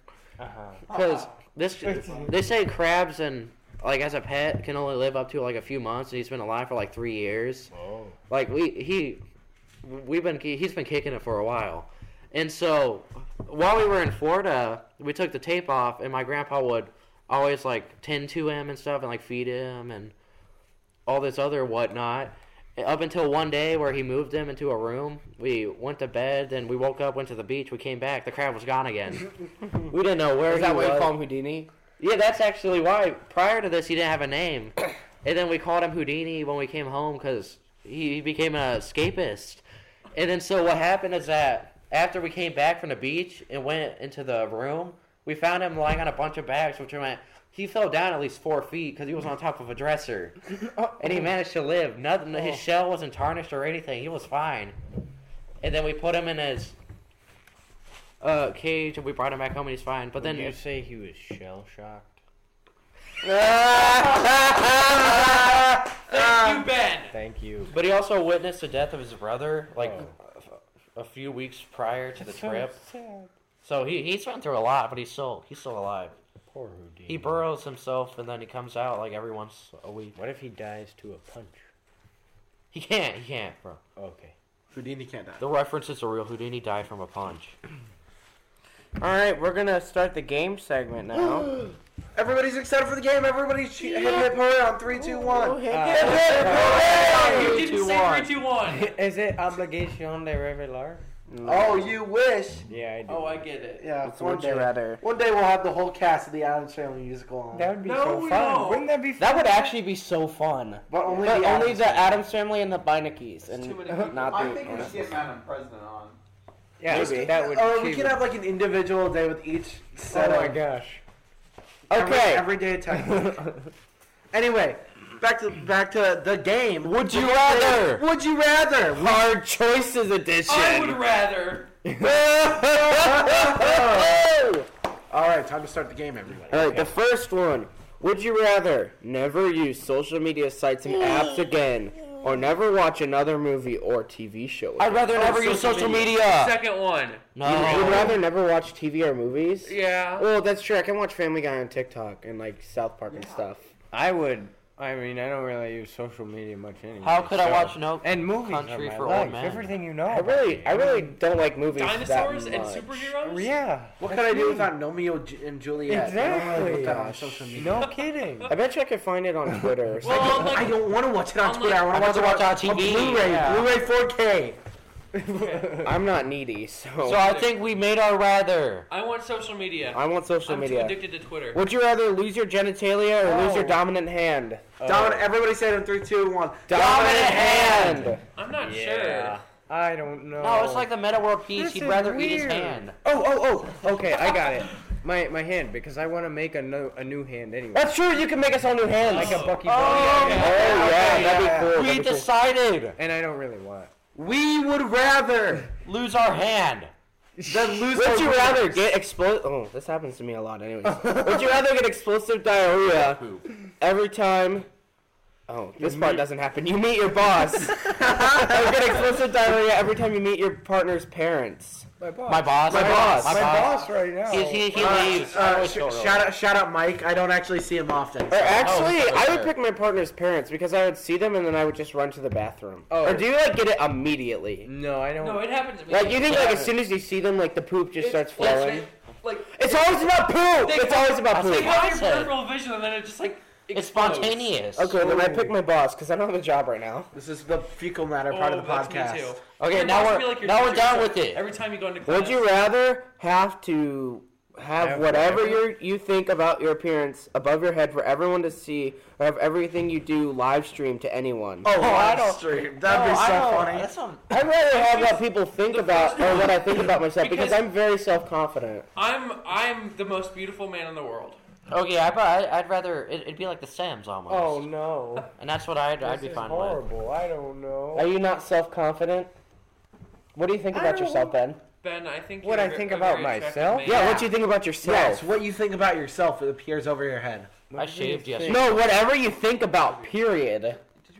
Speaker 3: because this they say crabs and like as a pet can only live up to like a few months, and he's been alive for like three years.
Speaker 2: Oh.
Speaker 3: Like we he we've been he's been kicking it for a while, and so while we were in Florida, we took the tape off, and my grandpa would always like tend to him and stuff, and like feed him and all this other whatnot. Up until one day where he moved him into a room, we went to bed, then we woke up, went to the beach, we came back, the crab was gone again. we didn't know where
Speaker 1: Is
Speaker 3: he
Speaker 1: that why
Speaker 3: was.
Speaker 1: you call him Houdini?
Speaker 3: Yeah, that's actually why. Prior to this, he didn't have a name, and then we called him Houdini when we came home because he, he became an escapist. And then so what happened is that after we came back from the beach and went into the room, we found him lying on a bunch of bags, which meant he fell down at least four feet because he was on top of a dresser, and he managed to live. Nothing, his shell wasn't tarnished or anything. He was fine. And then we put him in his uh, cage and we brought him back home and he's fine. But
Speaker 2: Then
Speaker 3: then
Speaker 2: you say he was shell shocked.
Speaker 4: Thank you, Ben.
Speaker 2: Thank you.
Speaker 3: But he also witnessed the death of his brother, like
Speaker 2: Oh.
Speaker 3: a a few weeks prior to the trip. So he he's been through a lot, but he's still he's still alive.
Speaker 2: Poor Houdini.
Speaker 3: He burrows himself and then he comes out like every once a week.
Speaker 2: What if he dies to a punch?
Speaker 3: He can't, he can't, bro.
Speaker 2: Okay.
Speaker 5: Houdini can't die.
Speaker 3: The references are real. Houdini died from a punch.
Speaker 2: All right, we're gonna start the game segment now.
Speaker 5: Everybody's excited for the game. Everybody's che- hit hip hooray on three, two,
Speaker 1: Uh,
Speaker 5: one.
Speaker 4: You
Speaker 3: Two,
Speaker 4: didn't say
Speaker 3: one.
Speaker 4: three, two, one.
Speaker 2: Is it obligation de revelar?
Speaker 5: Oh, you wish.
Speaker 2: Yeah, I do.
Speaker 4: Oh, I get it.
Speaker 5: Yeah,
Speaker 1: It's
Speaker 5: one
Speaker 1: would you
Speaker 5: day.
Speaker 1: rather.
Speaker 5: One day we'll have the whole cast of the Adams Family musical on.
Speaker 2: That would be
Speaker 4: No,
Speaker 2: so
Speaker 4: we
Speaker 2: fun.
Speaker 4: don't.
Speaker 2: Wouldn't that be fun?
Speaker 1: That would actually be so fun.
Speaker 5: but only
Speaker 1: But
Speaker 5: the
Speaker 1: only
Speaker 5: Addams
Speaker 1: the Adams family and the Beinecke's, and
Speaker 4: too many people.
Speaker 1: not
Speaker 6: I
Speaker 1: the.
Speaker 6: think we should get Madam President on.
Speaker 2: yeah,
Speaker 1: maybe.
Speaker 2: that would.
Speaker 5: Or Oh, we
Speaker 2: she
Speaker 5: can
Speaker 2: would-
Speaker 5: have like an individual day with each set
Speaker 2: Oh my
Speaker 5: of-
Speaker 2: gosh.
Speaker 5: every-
Speaker 1: Okay.
Speaker 5: Every day attack. anyway, back to back to the game.
Speaker 1: Would you rather?
Speaker 5: Would you rather?
Speaker 1: Hard choices edition.
Speaker 4: I would rather. Uh-huh.
Speaker 5: All right, time to start the game, everybody.
Speaker 1: All right, the first one. Would you rather never use social media sites and apps again, or never watch another movie or TV show?
Speaker 3: I'd
Speaker 1: Again?
Speaker 3: rather never use Oh, social media.
Speaker 4: Second one.
Speaker 1: You would
Speaker 3: No.
Speaker 1: rather never watch TV or movies?
Speaker 4: Yeah.
Speaker 1: Well, that's true. I can watch Family Guy on TikTok and like South Park and stuff.
Speaker 2: I would. I mean, I don't really use social media much anymore.
Speaker 3: How could I watch no
Speaker 2: and movies
Speaker 3: Country
Speaker 2: are my
Speaker 3: for Old
Speaker 2: life.
Speaker 3: Men?
Speaker 2: Everything you know.
Speaker 1: I really, I really don't like movies.
Speaker 4: Dinosaurs
Speaker 1: that
Speaker 4: and
Speaker 1: much.
Speaker 4: superheroes.
Speaker 2: Yeah.
Speaker 5: What could I do without Romeo Ju- and Juliet? I don't
Speaker 2: Exactly.
Speaker 5: really put that on social media.
Speaker 2: No kidding.
Speaker 1: I bet you I could find it on Twitter. or something.
Speaker 4: Well,
Speaker 5: I
Speaker 4: like,
Speaker 5: don't want to watch it on
Speaker 4: I'm
Speaker 5: Twitter.
Speaker 4: like-
Speaker 5: I want
Speaker 3: I
Speaker 5: to
Speaker 3: want
Speaker 5: watch it
Speaker 3: to watch
Speaker 5: on,
Speaker 3: on TV.
Speaker 5: Blu-ray,
Speaker 3: Yeah.
Speaker 5: Blu-ray 4K.
Speaker 1: I'm not needy, so,
Speaker 3: So I think we made our rather.
Speaker 4: I want social media.
Speaker 1: I want social
Speaker 4: I'm too
Speaker 1: media.
Speaker 4: addicted Oh. to Twitter.
Speaker 1: Would you rather lose your genitalia or lose your dominant hand?
Speaker 2: Oh.
Speaker 5: Domin- everybody say it in three, two, one.
Speaker 1: Dominant hand.
Speaker 4: I'm not
Speaker 2: Yeah. Oh,
Speaker 4: sure.
Speaker 2: I don't know.
Speaker 3: No, it's like the meta world peace.
Speaker 2: This
Speaker 3: He'd
Speaker 2: is
Speaker 3: rather eat his
Speaker 2: weird.
Speaker 3: hand.
Speaker 2: Oh, oh, oh. Okay, I got it. My my hand because I want to make a no, a new hand anyway.
Speaker 1: That's true. You can make us all new hands.
Speaker 2: Like a Bucky
Speaker 1: oh
Speaker 2: Barnes
Speaker 1: yeah,
Speaker 2: hand.
Speaker 1: that'd
Speaker 5: yeah.
Speaker 1: be cool.
Speaker 3: We
Speaker 1: that'd be cool.
Speaker 3: decided
Speaker 2: And I don't really want.
Speaker 5: We would rather
Speaker 3: lose our hand.
Speaker 5: than lose.
Speaker 1: Would
Speaker 5: our
Speaker 1: you
Speaker 5: voice.
Speaker 1: rather get explosive? Oh, this happens to me a lot, anyways. Would you rather get explosive diarrhea every time? Oh, this part doesn't happen. You meet your boss. or get explosive diarrhea every time you meet your partner's parents.
Speaker 2: My boss.
Speaker 3: My boss.
Speaker 1: My boss.
Speaker 3: My
Speaker 2: My
Speaker 3: boss.
Speaker 2: boss right now.
Speaker 3: He, he, he
Speaker 5: Uh,
Speaker 3: leaves. I
Speaker 5: uh,
Speaker 3: always
Speaker 5: sh-
Speaker 3: feel really-
Speaker 5: shout out, shout out, Mike. I don't actually see him often.
Speaker 1: Or actually,
Speaker 3: sorry,
Speaker 1: I would
Speaker 3: sorry.
Speaker 1: pick my partner's parents because I would see them and then I would just run to the bathroom.
Speaker 2: Oh.
Speaker 1: Or do you like get it immediately?
Speaker 2: No, I don't.
Speaker 4: No, it happened to me.
Speaker 1: Like you think like
Speaker 2: Yeah.
Speaker 1: as soon as you see them, like the poop just
Speaker 4: It's-
Speaker 1: starts
Speaker 4: it's-
Speaker 1: flowing.
Speaker 4: Like
Speaker 1: It's always about poop.
Speaker 4: They-
Speaker 1: It's always about
Speaker 4: they
Speaker 1: poop.
Speaker 4: have your
Speaker 3: awesome.
Speaker 4: peripheral vision, and then it just like
Speaker 3: It's
Speaker 4: explodes.
Speaker 3: spontaneous.
Speaker 1: Okay, then I pick my boss because I don't have a job right now.
Speaker 5: This is the fecal matter
Speaker 4: Oh,
Speaker 5: part of the
Speaker 4: that's
Speaker 5: podcast.
Speaker 4: Me too.
Speaker 3: Okay,
Speaker 4: Your
Speaker 3: now
Speaker 4: boss
Speaker 3: we're-
Speaker 4: be your
Speaker 3: now we're
Speaker 4: teacher,
Speaker 3: done
Speaker 4: so
Speaker 3: with it.
Speaker 4: Every time you go into class.
Speaker 1: Would you rather have to have,
Speaker 2: Have
Speaker 1: whatever
Speaker 2: whatever?
Speaker 1: you you think about your appearance above your head for everyone to see, or have everything you do live streamed to anyone?
Speaker 5: Oh,
Speaker 3: I
Speaker 5: live
Speaker 3: don't-
Speaker 5: stream. That'd be
Speaker 3: I
Speaker 5: so
Speaker 3: don't-
Speaker 5: funny.
Speaker 3: That's some,
Speaker 1: I'd rather have what people think about or what I think about myself because,
Speaker 4: Because-
Speaker 1: I'm very self confident.
Speaker 4: I'm I'm the most beautiful man in the world.
Speaker 3: okay, I, I, I'd rather it, it'd be like the Sims almost.
Speaker 2: Oh no.
Speaker 3: and that's what I'd, I'd
Speaker 2: this
Speaker 3: be
Speaker 2: is
Speaker 3: fine with.
Speaker 2: horrible. I don't
Speaker 1: Are
Speaker 2: know.
Speaker 1: you not self confident? What do you think about
Speaker 2: don't-
Speaker 1: yourself, Ben?
Speaker 4: Ben, I think.
Speaker 2: What
Speaker 4: you're
Speaker 2: I
Speaker 4: ve-
Speaker 2: think
Speaker 4: a
Speaker 2: about
Speaker 4: very attractive
Speaker 2: myself?
Speaker 4: man.
Speaker 1: Yeah, what do you think about yourself?
Speaker 5: Yes, what you think about yourself, it appears over your head.
Speaker 3: I shaved yesterday.
Speaker 1: No, whatever you think about, period.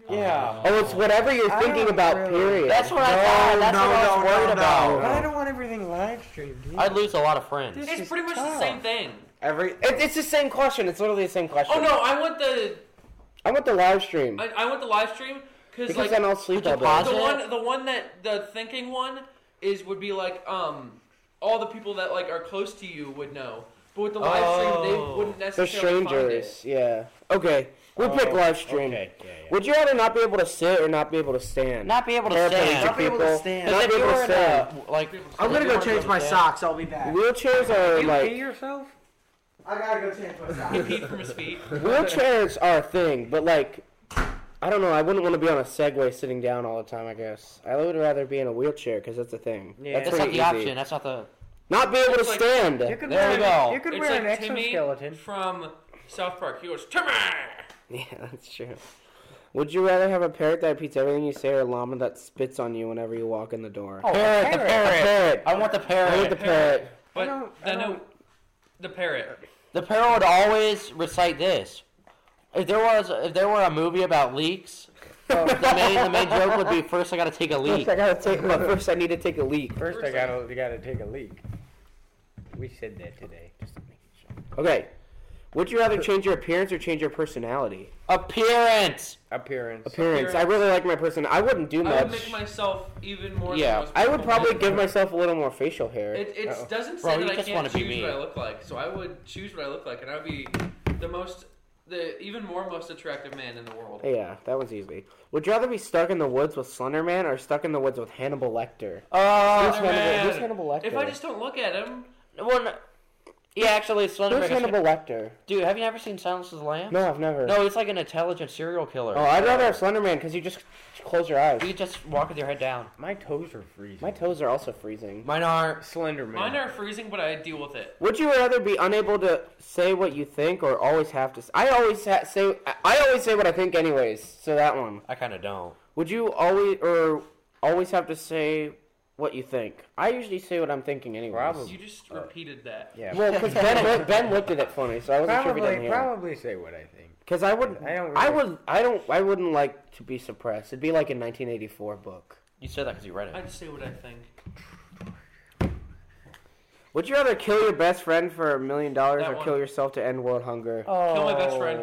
Speaker 2: Yeah.
Speaker 1: Oh, it's whatever you're
Speaker 2: I
Speaker 1: thinking
Speaker 2: don't
Speaker 1: about,
Speaker 2: really-
Speaker 1: period.
Speaker 3: That's what I thought. That's
Speaker 5: no,
Speaker 3: what I
Speaker 5: no,
Speaker 3: was
Speaker 5: no,
Speaker 3: worried
Speaker 5: no.
Speaker 3: about.
Speaker 2: But I don't want everything live streamed. either.
Speaker 3: I'd lose a lot of friends.
Speaker 2: This
Speaker 4: It's
Speaker 2: is
Speaker 4: pretty much the
Speaker 2: tough.
Speaker 4: same thing.
Speaker 5: Every
Speaker 1: It, it's the same question. It's literally the same question.
Speaker 4: Oh no, I want the
Speaker 1: I want the live stream
Speaker 4: I, I want the live stream because
Speaker 1: because
Speaker 4: like
Speaker 1: then I'll sleep
Speaker 3: Would you
Speaker 1: all day.
Speaker 3: pause
Speaker 4: the
Speaker 3: it?
Speaker 4: one the one that the thinking one is would be like um all the people that like are close to you would know, but with the live stream
Speaker 3: Oh.
Speaker 4: they wouldn't
Speaker 1: They're
Speaker 4: necessarily find it.
Speaker 1: strangers. Yeah. Okay. We'll
Speaker 5: Oh,
Speaker 1: pick live stream.
Speaker 2: Okay. Yeah, yeah.
Speaker 1: Would you rather not be able to sit or not be able to stand?
Speaker 3: Not be able to
Speaker 1: Paraplegic
Speaker 3: stand.
Speaker 5: Not be able to
Speaker 1: people,
Speaker 5: stand.
Speaker 1: Not
Speaker 3: Because if
Speaker 1: be
Speaker 3: you
Speaker 1: able
Speaker 3: were
Speaker 1: to
Speaker 3: in
Speaker 1: stand.
Speaker 3: a, like,
Speaker 5: I'm gonna
Speaker 3: if
Speaker 5: go
Speaker 3: you were in
Speaker 5: change
Speaker 3: a
Speaker 5: my
Speaker 3: band-
Speaker 5: socks. I'll be back.
Speaker 1: Wheelchairs are
Speaker 2: You pee
Speaker 1: like
Speaker 2: yourself?
Speaker 5: I gotta go change my socks.
Speaker 4: He peed from his feet.
Speaker 1: wheelchairs are a thing, but like I don't know. I wouldn't want to be on a Segway sitting down all the time. I guess I would rather be in a wheelchair because that's a thing.
Speaker 2: Yeah.
Speaker 1: that's
Speaker 3: That's
Speaker 1: pretty
Speaker 3: not the
Speaker 1: easy.
Speaker 3: option. That's not the.
Speaker 1: Not be able
Speaker 4: It's
Speaker 1: to
Speaker 4: like-
Speaker 1: stand.
Speaker 2: You could
Speaker 3: There
Speaker 2: wear
Speaker 3: we
Speaker 2: an-
Speaker 3: go.
Speaker 2: You could
Speaker 4: It's
Speaker 2: wear an
Speaker 4: like Timmy
Speaker 2: exoskeleton.
Speaker 4: from South Park. He goes Timmy.
Speaker 1: Yeah, that's true. Would you rather have a parrot that repeats everything you say or a llama that spits on you whenever you walk in the door?
Speaker 3: Oh,
Speaker 2: Parrot, the
Speaker 3: the
Speaker 1: A
Speaker 3: parrot.
Speaker 1: parrot.
Speaker 3: I want the
Speaker 1: I
Speaker 3: parrot.
Speaker 1: want the parrot.
Speaker 4: But
Speaker 2: don't- I
Speaker 4: then it,
Speaker 2: don't-
Speaker 4: the parrot.
Speaker 3: The parrot would always recite this. If there was, if there were a movie about leaks, the main the main joke would be first I gotta take a leak.
Speaker 1: First, I gotta take. Well, first, I need to take a leak.
Speaker 2: First, I
Speaker 4: First I-
Speaker 2: gotta, you gotta take a leak. We said that today. Just to make it sure.
Speaker 1: Okay. Would you rather change your appearance or change your personality?
Speaker 3: Appearance.
Speaker 2: Appearance.
Speaker 1: Appearance. I really like my person. I wouldn't do
Speaker 4: I would
Speaker 1: much.
Speaker 4: make myself even more.
Speaker 1: yeah,
Speaker 4: than most
Speaker 1: I would
Speaker 4: people.
Speaker 1: probably give myself a little more facial hair.
Speaker 4: It, it
Speaker 2: Uh-oh.
Speaker 4: doesn't
Speaker 3: Bro,
Speaker 4: say
Speaker 3: you
Speaker 4: that I
Speaker 3: just
Speaker 4: can't
Speaker 3: wanna be
Speaker 4: choose
Speaker 3: me.
Speaker 4: what I look like, so I would choose what I look like, and I would be the most, the even more most attractive man in the world.
Speaker 1: yeah, that one's easy. Would you rather be stuck in the woods with Slender Man or stuck in the woods with Hannibal Lecter?
Speaker 3: Oh,
Speaker 1: Who's Hannibal, who's
Speaker 3: man.
Speaker 1: Hannibal Lecter?
Speaker 4: If I just don't look at him,
Speaker 3: Well, no- yeah, actually, it's Slender
Speaker 1: who's
Speaker 3: Man.
Speaker 1: Hannibal Lecter?
Speaker 3: Dude, have you ever seen Silence of the Lambs?
Speaker 1: No, I've never.
Speaker 3: No, it's like an intelligent serial killer.
Speaker 1: Oh, I'd rather have Slender Man because you just close your eyes.
Speaker 3: You just walk with your head down.
Speaker 2: My toes are freezing.
Speaker 1: My toes are also freezing.
Speaker 3: Mine are.
Speaker 2: Slender man.
Speaker 4: mine are freezing, but I deal with it.
Speaker 1: Would you rather be unable to say what you think or always have to? s I I always ha- say I- I always say what I think anyways. So that one.
Speaker 3: I kind of don't.
Speaker 1: Would you always or always have to say what you think? I usually say what I'm thinking anyways.
Speaker 2: Probably.
Speaker 4: You just repeated that.
Speaker 2: Yeah.
Speaker 1: Well, because ben, looked- ben looked at it funny, so I wasn't sure if he
Speaker 2: probably,
Speaker 1: didn't hear.
Speaker 2: probably say what I think.
Speaker 1: Because I wouldn't. I,
Speaker 2: I don't
Speaker 1: I
Speaker 2: really-
Speaker 1: would. I don't. I wouldn't like to be suppressed. It'd be like a 1984 book.
Speaker 3: You said that because you read it.
Speaker 4: I just say what I think.
Speaker 1: Would you rather kill your best friend for a million dollars
Speaker 4: That
Speaker 1: or
Speaker 4: one.
Speaker 1: kill yourself to end world hunger?
Speaker 2: Oh.
Speaker 4: my best friend.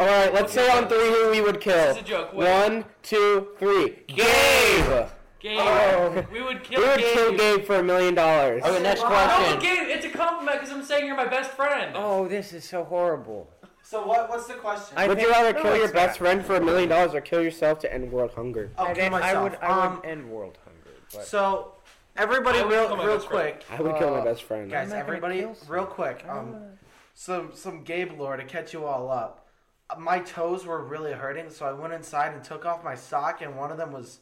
Speaker 1: All right, let's say on three who we would kill.
Speaker 4: This is a joke, wait.
Speaker 1: One, two, three. Gabe.
Speaker 4: Gabe,
Speaker 1: Oh.
Speaker 4: we would kill
Speaker 1: We would
Speaker 4: Gabe.
Speaker 1: kill Gabe for a million dollars.
Speaker 3: Okay, next
Speaker 4: No,
Speaker 3: question.
Speaker 4: Gabe, it's a compliment because I'm saying you're my best friend.
Speaker 2: Oh, this is so horrible.
Speaker 6: So what? What's the question?
Speaker 2: I
Speaker 1: Would you
Speaker 2: think-
Speaker 1: rather
Speaker 2: no,
Speaker 1: kill your
Speaker 2: it's
Speaker 1: best
Speaker 2: not.
Speaker 1: friend for a million dollars or kill yourself to end world hunger?
Speaker 6: oh,
Speaker 2: I,
Speaker 6: kill
Speaker 2: didn't- I
Speaker 6: myself.
Speaker 2: would. I
Speaker 6: um,
Speaker 2: would end world hunger. But
Speaker 6: so everybody,
Speaker 4: I would
Speaker 6: real
Speaker 4: kill my
Speaker 6: real
Speaker 4: best friend.
Speaker 6: quick,
Speaker 1: I would kill my
Speaker 6: Uh,
Speaker 1: best friend.
Speaker 6: guys,
Speaker 2: not gonna
Speaker 6: everybody,
Speaker 2: kill someone.
Speaker 6: real quick. Um, some some Gabe lore to catch you all up. Uh, My toes were really hurting, so I went inside and took off my sock, and one of them was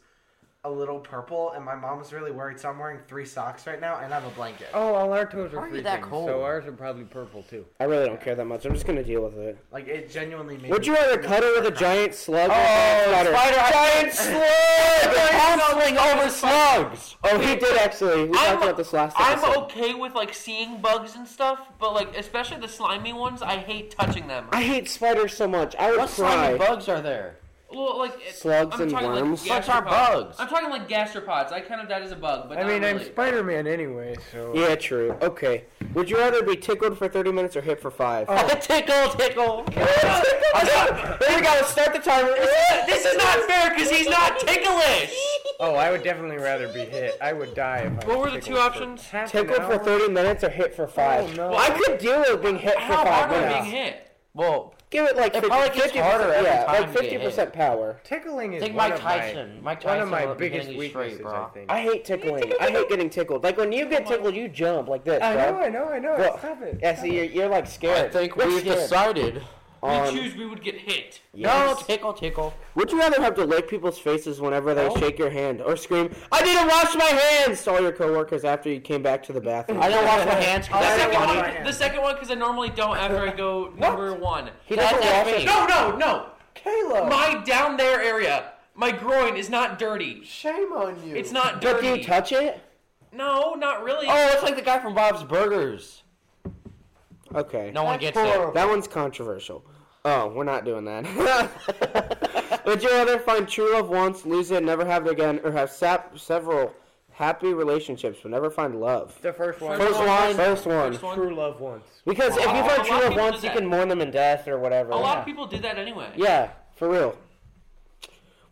Speaker 6: a little purple. And my mom was really worried, so I'm wearing three socks right now, and I have a blanket.
Speaker 2: oh, all our toes are
Speaker 3: Aren't you
Speaker 2: freezing.
Speaker 3: that cold?
Speaker 2: So ours are probably purple too.
Speaker 1: I really don't care that much. I'm just gonna deal with it.
Speaker 6: Like it genuinely made.
Speaker 1: Would
Speaker 6: me-
Speaker 1: you rather cuddle with a giant slug? or
Speaker 3: Oh,
Speaker 1: a
Speaker 3: spider! Giant slug! Tumbling over slugs.
Speaker 1: Oh, he did actually. We
Speaker 4: I'm-
Speaker 1: talked about this last
Speaker 4: I'm
Speaker 1: episode.
Speaker 4: okay with like seeing bugs and stuff, but like especially the slimy ones, I hate touching them.
Speaker 1: I hate spiders so much. I would
Speaker 3: What slimy
Speaker 1: cry.
Speaker 3: bugs are there?
Speaker 4: Well, like it-
Speaker 1: Slugs and
Speaker 4: talking, like,
Speaker 1: worms?
Speaker 3: Slugs are
Speaker 4: gastropods.
Speaker 3: bugs.
Speaker 4: I'm talking like gastropods. I kind of that as a bug, but
Speaker 2: I
Speaker 4: not
Speaker 2: mean, I'm
Speaker 4: really.
Speaker 2: Spider-Man anyway, so.
Speaker 1: Yeah, true. Okay. Would you rather be tickled for 30 minutes or hit for five?
Speaker 3: Oh, tickle, tickle.
Speaker 1: I'm sorry. There we go. Start the timer.
Speaker 3: this is not fair because he's not ticklish.
Speaker 2: Oh, I would definitely rather be hit. I would die if I. was
Speaker 4: What were the two
Speaker 2: tickled for
Speaker 4: options?
Speaker 2: half an
Speaker 1: Tickled for
Speaker 2: hour.
Speaker 1: 30 minutes or hit for five.
Speaker 2: Oh, no.
Speaker 1: Well, I could deal with being hit for
Speaker 4: How
Speaker 1: five
Speaker 4: hard am I
Speaker 1: minutes.
Speaker 4: being hit?
Speaker 3: Well,
Speaker 1: Give it like
Speaker 3: It
Speaker 1: 50,
Speaker 3: probably gets
Speaker 1: 50%
Speaker 3: harder every
Speaker 1: yeah,
Speaker 3: time
Speaker 1: like
Speaker 3: you get hit.
Speaker 1: 50% power.
Speaker 2: Tickling is
Speaker 3: Think
Speaker 2: one
Speaker 3: Mike
Speaker 2: of my-
Speaker 3: Tyson. Mike
Speaker 2: One of
Speaker 3: Tyson
Speaker 2: my
Speaker 3: would be
Speaker 2: biggest
Speaker 3: hitting you straight,
Speaker 2: weaknesses,
Speaker 3: bro.
Speaker 2: I think.
Speaker 1: I hate tickling. I hate getting tickled. Like when you get tickled, you jump like this.
Speaker 2: I know,
Speaker 1: bro.
Speaker 2: I know, I know.
Speaker 1: Well,
Speaker 2: Stop it.
Speaker 1: Yeah, see, you're, you're like scared. You're scared.
Speaker 3: decided.
Speaker 4: We
Speaker 1: Um,
Speaker 4: choose we would get hit.
Speaker 3: No,
Speaker 1: yes.
Speaker 3: tickle, tickle.
Speaker 1: Would you rather have to lick people's faces whenever they
Speaker 3: No.
Speaker 1: shake your hand or scream, I need to wash my hands to all your coworkers after you came back to the bathroom?
Speaker 3: I don't wash my hands. 'cause
Speaker 4: The
Speaker 3: that's
Speaker 4: second
Speaker 3: funny.
Speaker 6: wash my
Speaker 4: one,
Speaker 6: hands.
Speaker 4: the second one, because I normally don't after I go number one.
Speaker 1: He
Speaker 3: That's
Speaker 1: doesn't wash
Speaker 3: me.
Speaker 1: his
Speaker 4: No, no, no.
Speaker 2: Caleb,
Speaker 4: My down there area, my groin is not dirty.
Speaker 2: shame on you.
Speaker 4: It's not
Speaker 1: But do
Speaker 4: dirty.
Speaker 1: you touch it?
Speaker 4: no, not really.
Speaker 3: Oh, it's like the guy from Bob's Burgers.
Speaker 1: Okay.
Speaker 3: No one gets
Speaker 2: horrible.
Speaker 3: it.
Speaker 1: That one's controversial. Oh, we're not doing that. Would you rather find true love once, lose it, and never have it again, or have sap- several happy relationships but never find love?
Speaker 2: the first one.
Speaker 1: First
Speaker 4: one.
Speaker 1: one. First one.
Speaker 4: First one.
Speaker 2: True love once.
Speaker 1: Because if you
Speaker 4: Wow. A lot
Speaker 1: find
Speaker 4: of
Speaker 1: true love
Speaker 4: people
Speaker 1: once,
Speaker 4: do
Speaker 1: you
Speaker 4: that.
Speaker 1: can mourn them in death or whatever.
Speaker 4: A lot
Speaker 1: yeah.
Speaker 4: of people did that anyway.
Speaker 1: Yeah, for real.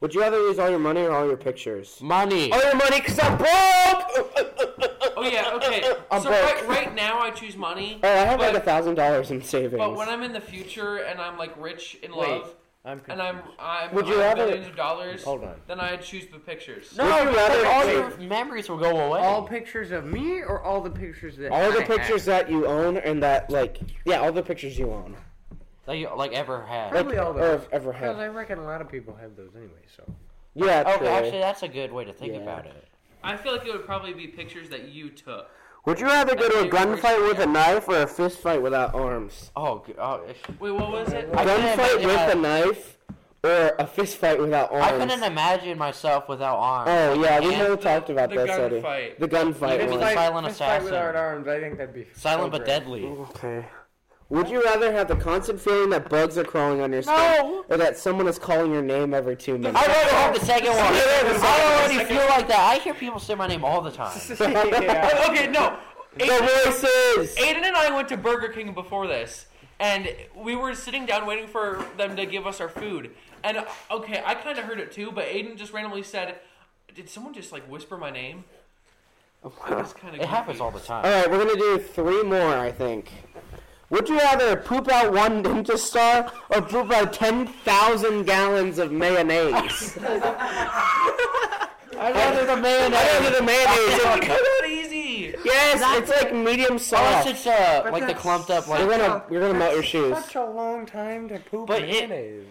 Speaker 1: Would you rather lose all your money or all your pictures?
Speaker 3: Money.
Speaker 1: All your money, cause I'm broke.
Speaker 4: Oh yeah, okay.
Speaker 1: I'm
Speaker 4: so
Speaker 1: broke.
Speaker 4: right, right now I choose money.
Speaker 1: Oh, I have
Speaker 4: but,
Speaker 1: like a thousand dollars in savings.
Speaker 4: But when I'm in the future and I'm like rich in
Speaker 2: Wait,
Speaker 4: love
Speaker 2: I'm
Speaker 4: and I'm I'm
Speaker 1: Would you
Speaker 4: I'm
Speaker 1: rather-
Speaker 4: billions of dollars,
Speaker 2: Hold on.
Speaker 4: then I'd choose the pictures.
Speaker 1: Would you
Speaker 3: no,
Speaker 1: rather-
Speaker 3: because all your memories will go away.
Speaker 2: all pictures of me or all the pictures that
Speaker 1: all the
Speaker 2: I
Speaker 1: pictures
Speaker 2: have?
Speaker 1: that you own and that like yeah, all the pictures you own.
Speaker 3: that you like ever had.
Speaker 1: Like,
Speaker 2: Probably all the-
Speaker 1: or have ever
Speaker 2: Because
Speaker 1: had.
Speaker 2: I reckon a lot of people have those anyway. So
Speaker 1: Yeah,
Speaker 3: Okay,
Speaker 1: true.
Speaker 3: actually, that's a good way to think
Speaker 1: Yeah.
Speaker 3: about it.
Speaker 4: I feel like it would probably be pictures that you took.
Speaker 1: Would you rather go to a
Speaker 4: Actually,
Speaker 1: gunfight
Speaker 4: we're-
Speaker 1: with a knife or a fist fight without arms?
Speaker 3: Oh, g- oh if-
Speaker 4: Wait, what was it?
Speaker 3: I couldn't
Speaker 1: Gunfight
Speaker 3: imagine
Speaker 1: with
Speaker 3: my-
Speaker 1: a knife or a fist fight without arms?
Speaker 3: I couldn't imagine myself without arms.
Speaker 1: Oh yeah, we
Speaker 3: And
Speaker 1: never talked about
Speaker 4: the
Speaker 1: that.
Speaker 4: gun
Speaker 1: Eddie.
Speaker 4: fight.
Speaker 1: The gunfight
Speaker 3: Fist
Speaker 1: one.
Speaker 3: fight- silent
Speaker 2: fist fight
Speaker 3: assassin.
Speaker 2: without arms. I think that'd be
Speaker 3: Silent
Speaker 2: so
Speaker 3: but
Speaker 2: great.
Speaker 3: deadly.
Speaker 1: Okay. Would you rather have the constant feeling that bugs are crawling on your skin,
Speaker 3: No.
Speaker 1: or that someone is calling your name every two minutes?
Speaker 3: I'd rather have the second one.
Speaker 1: second- the
Speaker 3: I already feel like that. I hear people say my name all the time.
Speaker 2: yeah.
Speaker 4: okay, no.
Speaker 1: the voices.
Speaker 4: Aiden and I went to Burger King before this, and we were sitting down waiting for them to give us our food. And uh, okay, I kind of heard it too, but Aiden just randomly said, "Did someone just like whisper my name?" It was kind of.
Speaker 3: It happens all the time.
Speaker 1: All right, we're gonna do three more, I think. Would you rather poop out one ninja star or poop out ten thousand gallons of mayonnaise?
Speaker 3: I'd rather the man.
Speaker 1: I don't do the mayonnaise.
Speaker 4: Come out easy.
Speaker 1: yes, it's like medium
Speaker 3: Unless
Speaker 1: soft.
Speaker 3: Oh, it's uh, like the clumped up, like
Speaker 1: You're gonna you're gonna melt your shoes.
Speaker 2: Such a long time to poop
Speaker 3: But it-
Speaker 2: mayonnaise.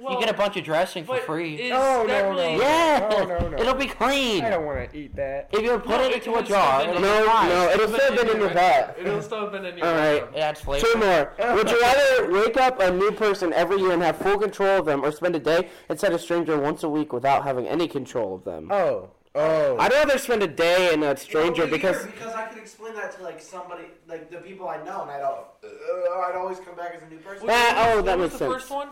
Speaker 4: Well,
Speaker 3: you get a bunch of dressing for
Speaker 4: but
Speaker 3: free.
Speaker 4: Is
Speaker 1: Oh,
Speaker 2: No,
Speaker 4: that
Speaker 2: no, no.
Speaker 4: really-
Speaker 1: Yeah,
Speaker 2: No, no, no.
Speaker 3: It'll be clean.
Speaker 2: I don't want to eat that.
Speaker 3: If you put
Speaker 4: No,
Speaker 3: it
Speaker 4: it
Speaker 3: into a
Speaker 4: can
Speaker 3: jar,
Speaker 4: still be
Speaker 3: it'll
Speaker 1: No,
Speaker 3: be fine.
Speaker 1: no, it'll
Speaker 4: But
Speaker 1: still been in your butt.
Speaker 4: It'll still have been in your.
Speaker 1: All right.
Speaker 3: It adds flavor.
Speaker 1: Two more. Would you rather wake up a new person every year and have full control of them, or spend a day inside a stranger once a week without having any control of them?
Speaker 2: Oh, oh.
Speaker 1: I'd rather spend a day in a
Speaker 6: Well,
Speaker 1: stranger
Speaker 6: we
Speaker 1: because
Speaker 6: hear- because I can explain that to like somebody like the people I know, and I don't. Uh, I'd always come back as a new person.
Speaker 4: What
Speaker 1: Ah,
Speaker 4: was-
Speaker 1: oh,
Speaker 4: what
Speaker 1: that
Speaker 4: was
Speaker 1: makes
Speaker 4: the
Speaker 1: sense.
Speaker 4: First one.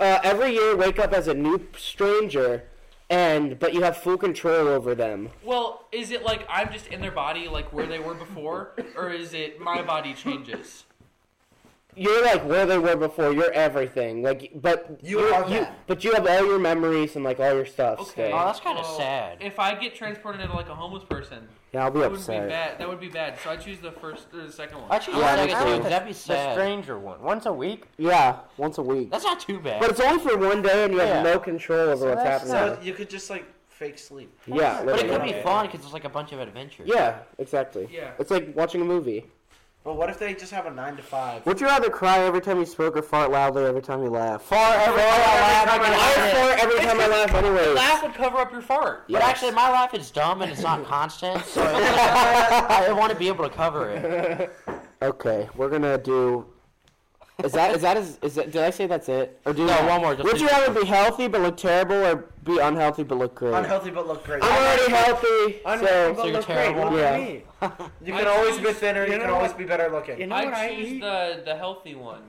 Speaker 1: uh, every year wake up as a new stranger, and but you have full control over them.
Speaker 4: Well, is it like I'm just in their body like where they were before, or is it my body changes?
Speaker 1: You're like where they were before. You're everything. Like, but
Speaker 6: You
Speaker 1: you're-
Speaker 6: are them.
Speaker 1: but you have all your memories and like all your stuff.
Speaker 4: Okay.
Speaker 1: still.
Speaker 3: Oh, that's kinda sad.
Speaker 4: If I get transported into like a homeless person,
Speaker 1: Yeah, I'll be
Speaker 4: that would be
Speaker 1: upset.
Speaker 4: bad. That would be bad. So I choose the first or the second one.
Speaker 3: Actually,
Speaker 1: Yeah,
Speaker 3: yeah,
Speaker 1: me
Speaker 3: that'd,
Speaker 1: too.
Speaker 3: be, that'd be
Speaker 2: The
Speaker 3: sad.
Speaker 2: stranger one. Once a week?
Speaker 1: Yeah, once a week.
Speaker 3: That's not too bad.
Speaker 1: But it's only for one day, and you have
Speaker 2: Yeah.
Speaker 1: no control over what's
Speaker 2: that's
Speaker 1: happening.
Speaker 6: So you could just like fake sleep.
Speaker 1: yeah,
Speaker 3: But it
Speaker 1: literally.
Speaker 3: could be fun because it's like a bunch of adventures.
Speaker 1: Yeah, exactly.
Speaker 4: Yeah.
Speaker 1: It's like watching a movie.
Speaker 6: But what if they just have a nine to five?
Speaker 1: Would you rather cry every time you smoke or fart loudly every time you laugh? Fart
Speaker 3: every time I laugh, I can
Speaker 1: I
Speaker 3: hear
Speaker 1: fart every time I laugh, anyways.
Speaker 4: laugh would cover up your fart.
Speaker 3: But actually, my laugh is dumb and it's not constant, so I want to be able to cover it.
Speaker 1: Okay, we're gonna do. Is that is that is, is it, did I say that's it or do you
Speaker 3: No,
Speaker 1: have-
Speaker 3: one more, just
Speaker 1: Would you
Speaker 3: do-
Speaker 1: rather be healthy but look terrible or be unhealthy but look great?
Speaker 6: Unhealthy but look great.
Speaker 1: I'm already healthy,
Speaker 2: Unhealthy,
Speaker 1: so
Speaker 3: you're
Speaker 2: look great,
Speaker 3: terrible.
Speaker 2: look at
Speaker 1: Yeah.
Speaker 2: me.
Speaker 6: You can
Speaker 4: I
Speaker 6: always be
Speaker 4: choose-
Speaker 6: thinner. You,
Speaker 2: you
Speaker 6: can
Speaker 2: know
Speaker 6: always
Speaker 2: what?
Speaker 6: be better looking.
Speaker 2: You know what
Speaker 4: I
Speaker 2: I
Speaker 4: choose
Speaker 2: eat?
Speaker 4: the the healthy one.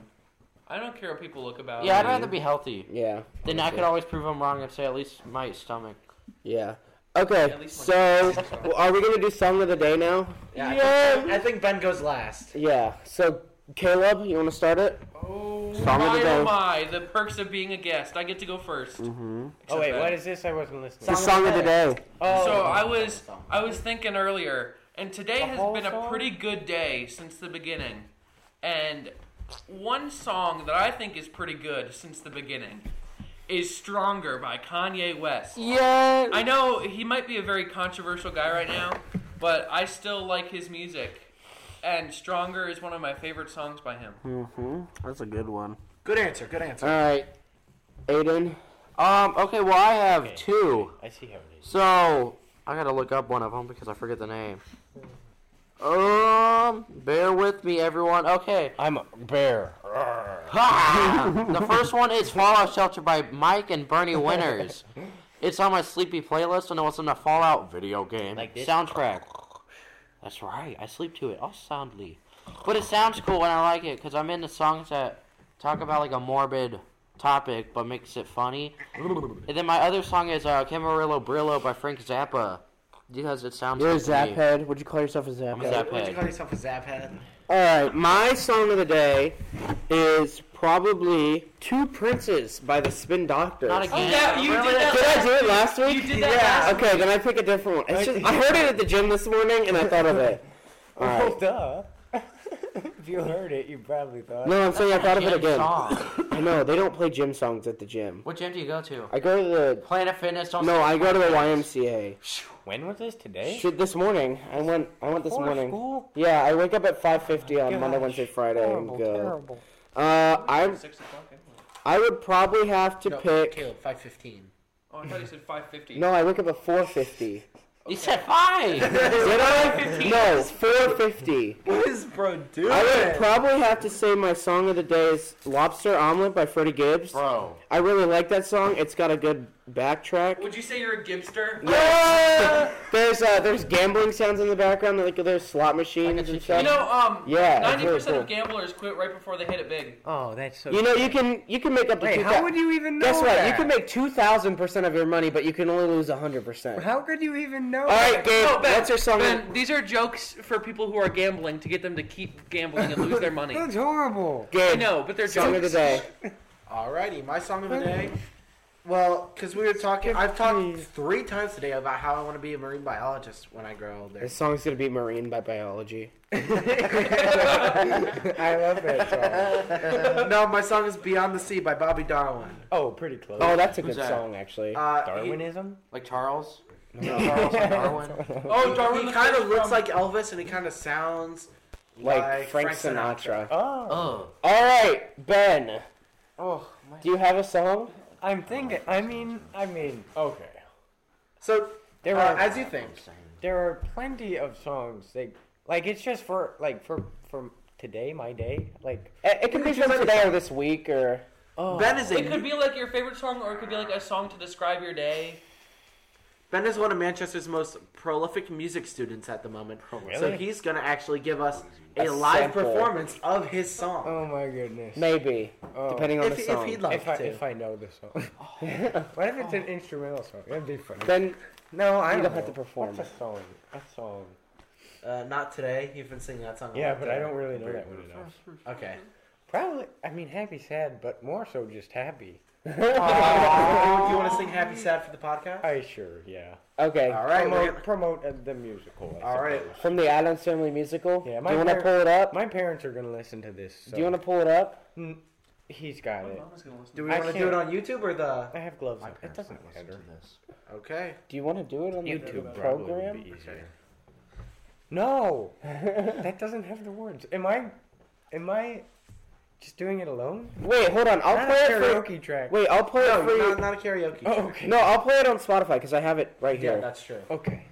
Speaker 4: I don't care what people look about.
Speaker 3: Yeah, I'd rather be healthy.
Speaker 1: yeah,
Speaker 3: Then I could always prove I'm wrong and say at least my stomach.
Speaker 1: yeah. Okay,
Speaker 4: At least my-
Speaker 1: so well, are we gonna do song of the day now?
Speaker 6: Yeah, I think- I think Ben goes last.
Speaker 1: Yeah. So Caleb, you want to start it?
Speaker 4: Oh
Speaker 1: Song of the
Speaker 4: my,
Speaker 1: day.
Speaker 4: oh my! The perks of being a guest. I get to go 1st
Speaker 2: Oh, wait, what is this? I wasn't listening.
Speaker 1: The song of the day.
Speaker 2: Oh,
Speaker 4: So I was I was thinking earlier, and today has
Speaker 2: whole
Speaker 4: been a
Speaker 2: song?
Speaker 4: pretty good day since the beginning. And one song that I think is pretty good since the beginning is "Stronger" by Kanye West.
Speaker 1: Yeah.
Speaker 4: I know he might be a very controversial guy right now, but I still like his music. And "Stronger" is one of my favorite songs by him.
Speaker 1: hmm That's a good one.
Speaker 6: Good answer. Good answer.
Speaker 1: All right, Aiden. Um. Okay. Well, I have two.
Speaker 2: I see how it is.
Speaker 3: So I gotta look up one of them because I forget the name. Um, bear with me, everyone. Okay.
Speaker 2: I'm a bear.
Speaker 3: Ha! the first one is Fallout Shelter by Mike and Bernie Winters. it's on my sleepy playlist and it was in the Fallout video game
Speaker 2: Like this?
Speaker 3: soundtrack. That's right, I sleep to it, all soundly. But it sounds cool and I like it because I'm into songs that talk about like a morbid topic but makes it funny. and then my other song is uh, Camarillo Brillo by Frank Zappa because it sounds
Speaker 1: You're a
Speaker 3: cool to me.
Speaker 1: zaphead. Would you call yourself a zaphead?
Speaker 3: I'm a zap
Speaker 6: Would you
Speaker 2: Oh,
Speaker 3: head.
Speaker 6: call yourself a zap head?
Speaker 1: All right, my song of the day is probably Two Princes by the Spin Doctors.
Speaker 3: Not again.
Speaker 4: Oh, Yeah, you did
Speaker 1: Did I do
Speaker 4: that.
Speaker 1: it last week?
Speaker 4: You did that last
Speaker 1: Okay, then I pick a different one. It's just, I heard it at the gym this morning and I thought of it. All
Speaker 2: Well,
Speaker 1: right.
Speaker 2: duh. if you heard it, you probably thought.
Speaker 1: No, I'm saying I thought of it
Speaker 3: Jim
Speaker 1: again.
Speaker 3: Song.
Speaker 1: I know they don't play gym songs at the gym.
Speaker 3: What gym do you go to?
Speaker 1: I go to the
Speaker 3: Planet Fitness. Don't
Speaker 1: no, I go to the YMCA.
Speaker 2: When was this today?
Speaker 1: Shit, this morning I went. I went this
Speaker 2: Before
Speaker 1: morning.
Speaker 2: School?
Speaker 1: Yeah, I wake up at 5:50 on Monday,
Speaker 2: Gosh,
Speaker 1: Wednesday, Friday, and
Speaker 2: Terrible,
Speaker 1: go.
Speaker 2: terrible.
Speaker 1: Uh, I
Speaker 4: Six o'clock. anyway.
Speaker 1: I would probably have to
Speaker 6: No,
Speaker 1: pick.
Speaker 6: Caleb, five fifteen.
Speaker 4: Oh, I thought you said 5:50.
Speaker 1: No, I wake up at 4:50.
Speaker 3: You said five.
Speaker 1: Did I? No, 450.
Speaker 6: What is bro doing?
Speaker 1: I would probably have to say my song of the day is Lobster Omelet by Freddie Gibbs.
Speaker 3: Bro.
Speaker 1: I really like that song. It's got a good backtrack.
Speaker 4: Would you say you're a gibster?
Speaker 1: Yes. there's uh, there's gambling sounds in the background, like there's slot machines and stuff.
Speaker 4: You know, um,
Speaker 1: Yeah, that's
Speaker 4: ninety
Speaker 1: really
Speaker 4: percent
Speaker 1: cool.
Speaker 4: of gamblers quit right before they hit it big.
Speaker 2: Oh, that's so.
Speaker 1: You know, you can you can make up to
Speaker 2: Wait,
Speaker 1: two
Speaker 2: how
Speaker 1: thou-
Speaker 2: would you even know
Speaker 1: Guess what?
Speaker 2: that?
Speaker 1: You can make two thousand percent of your money, but you can only lose hundred percent. All
Speaker 2: How could you even know?
Speaker 1: right,
Speaker 2: that?
Speaker 1: Gabe,
Speaker 4: No, Oh, Ben,
Speaker 1: what's your song?
Speaker 4: Ben, these are jokes for people who are gambling to get them to keep gambling and lose their money.
Speaker 2: That's horrible.
Speaker 1: Gabe,
Speaker 4: I know, but they're
Speaker 1: song of the
Speaker 4: jokes.
Speaker 1: day.
Speaker 5: Alrighty, my song of the day. Well, because we were talking, I've talked three times today about how I want to be a marine biologist when I grow older.
Speaker 1: This song's gonna be Marine by Biology.
Speaker 2: I love that song.
Speaker 5: no, my song is Beyond the Sea by Bobby Darwin.
Speaker 2: Oh, pretty close.
Speaker 1: Oh, that's a good
Speaker 3: Who's that?
Speaker 1: song actually.
Speaker 5: Uh,
Speaker 2: Darwinism?
Speaker 3: Like Charles? No, Charles like Darwin?
Speaker 4: Oh,
Speaker 5: He,
Speaker 4: Darwin
Speaker 5: he
Speaker 4: the
Speaker 5: kind
Speaker 4: Fish
Speaker 5: of looks
Speaker 4: from-
Speaker 5: like Elvis, and he kind of sounds
Speaker 1: like,
Speaker 5: like
Speaker 1: Frank,
Speaker 5: Frank
Speaker 1: Sinatra.
Speaker 2: Oh.
Speaker 3: Oh.
Speaker 1: All right, Ben,
Speaker 2: Oh, my.
Speaker 1: do you have a song?
Speaker 2: I'm thinking. I mean, I mean, okay.
Speaker 5: so.
Speaker 2: There
Speaker 5: uh,
Speaker 2: are
Speaker 5: as you think,
Speaker 2: there are plenty of songs that like it's just for like for for today, my day. Like
Speaker 1: It, it could be from today or this week or.
Speaker 2: oh,
Speaker 5: Ben is a
Speaker 4: It could be like your favorite song, or it could be like a song to describe your day.
Speaker 5: Ben is one of Manchester's most prolific music students at the moment. So
Speaker 2: Oh, Really?
Speaker 5: he's gonna actually give us a,
Speaker 1: A
Speaker 5: live
Speaker 1: sample.
Speaker 5: performance of his song.
Speaker 2: oh my goodness.
Speaker 1: Maybe,
Speaker 2: Oh.
Speaker 1: depending on
Speaker 5: if,
Speaker 1: the
Speaker 5: if
Speaker 1: song.
Speaker 5: he'd like
Speaker 2: if I
Speaker 5: to.
Speaker 2: if I know the song.
Speaker 1: Oh.
Speaker 2: what if it's an instrumental song? That'd be funny.
Speaker 1: then
Speaker 2: no, I
Speaker 1: you
Speaker 2: don't,
Speaker 1: don't have
Speaker 2: know.
Speaker 1: to perform
Speaker 2: What's
Speaker 1: it.
Speaker 2: a song? A song.
Speaker 5: uh, not today. You've been singing
Speaker 1: Oh,
Speaker 5: that song. a
Speaker 2: Yeah,
Speaker 5: lot
Speaker 2: but
Speaker 5: today.
Speaker 2: I don't really know that one enough.
Speaker 5: Okay.
Speaker 2: Probably. I mean, happy, sad, but more so just happy.
Speaker 5: Uh, do you want to sing "Happy Sad" for the podcast?
Speaker 2: I sure. Yeah.
Speaker 1: Uh, Okay.
Speaker 5: All right.
Speaker 2: Promote,
Speaker 5: we're gonna-
Speaker 2: promote uh, the musical. I
Speaker 5: All right.
Speaker 2: suppose.
Speaker 1: From the Adams Family musical.
Speaker 2: Yeah,
Speaker 1: do
Speaker 2: my
Speaker 1: you want to
Speaker 2: par-
Speaker 1: pull it up?
Speaker 2: My parents are gonna listen to this. So.
Speaker 1: Do you want to pull it up?
Speaker 2: N- He's got it.
Speaker 5: Do we
Speaker 2: I
Speaker 5: want to do
Speaker 2: can't-
Speaker 5: it on YouTube or the?
Speaker 2: I have gloves.
Speaker 3: My
Speaker 2: on. It
Speaker 3: parents
Speaker 2: doesn't
Speaker 3: don't listen
Speaker 2: matter.
Speaker 3: to this.
Speaker 5: Okay.
Speaker 1: Do you want to do it on the- the
Speaker 2: YouTube probably would
Speaker 1: program?
Speaker 2: be easier. No, that doesn't have the words. Am I? Am I? Just doing it alone?
Speaker 1: Wait, hold on. I'll
Speaker 2: Not a
Speaker 1: play it for.
Speaker 2: karaoke track.
Speaker 1: Wait, I'll play
Speaker 5: No,
Speaker 1: it for you.
Speaker 5: not, not a karaoke.
Speaker 2: Oh,
Speaker 5: show.
Speaker 2: okay.
Speaker 1: No, I'll play it on Spotify because I have it right
Speaker 5: Yeah,
Speaker 1: here.
Speaker 5: that's true.
Speaker 2: Okay.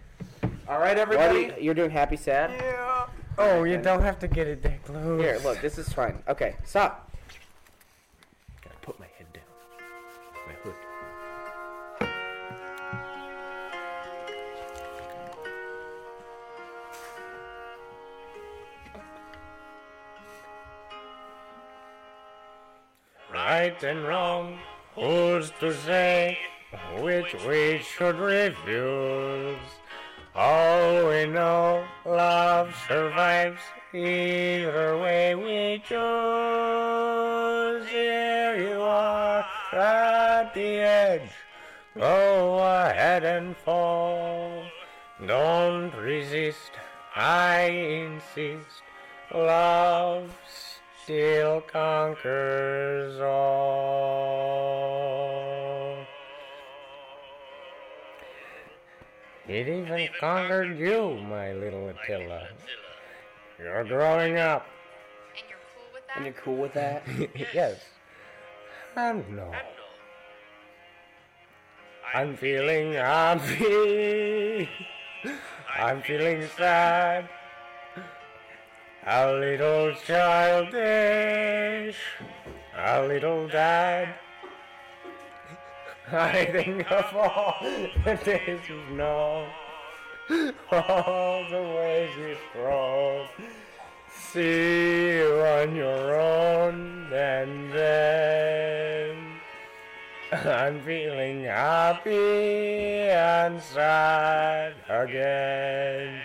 Speaker 5: All right,
Speaker 1: Why do
Speaker 5: everybody.
Speaker 1: you, you're doing happy sad?
Speaker 2: Yeah. Oh, you don't have to get it that close.
Speaker 1: Here, look, this is fine. Okay, stop.
Speaker 2: Gotta put my head down. My hood. Right and wrong, who's to say which we should refuse? All we know, love survives either way we choose. Here you are at the edge, go ahead and fall. Don't resist, I insist, love still conquers all. It even conquered you, my little Attila. You're growing up.
Speaker 7: And you're cool with
Speaker 1: And
Speaker 7: that?
Speaker 1: you're cool with that?
Speaker 2: yes. And no. I'm feeling happy. I'm feeling sad. A little childish. A little dad. I think of all the days we've known. All the ways we've grown. See you on your own and then I'm feeling happy and sad again.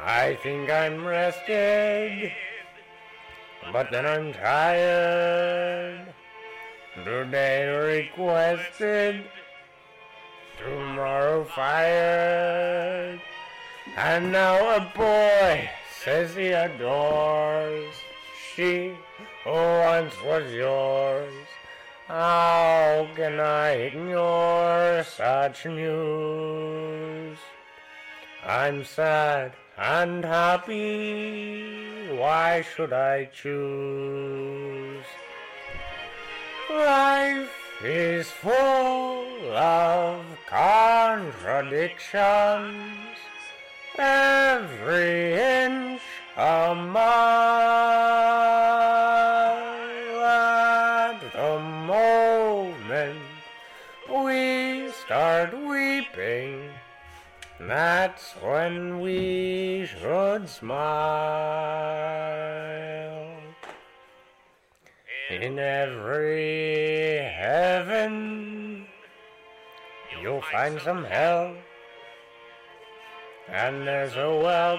Speaker 2: I think I'm rested, but then I'm tired. Today requested, tomorrow fired. And now a boy says he adores. She who once was yours. How can I ignore such news? I'm sad and happy. Why should I choose? Life is full of contradictions. Every inch a mile at the moment That's when we should smile. In every heaven, you'll find some hell. And there's a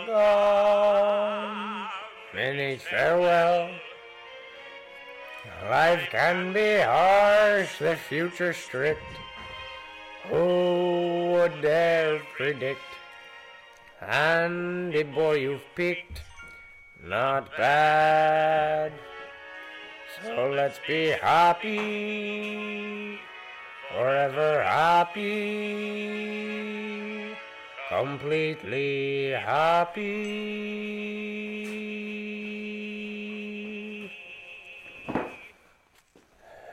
Speaker 2: welcome in each farewell. Life can be harsh, the future strict. Who would dare predict? And the boy you've picked, not bad. So let's be happy, forever happy, completely happy.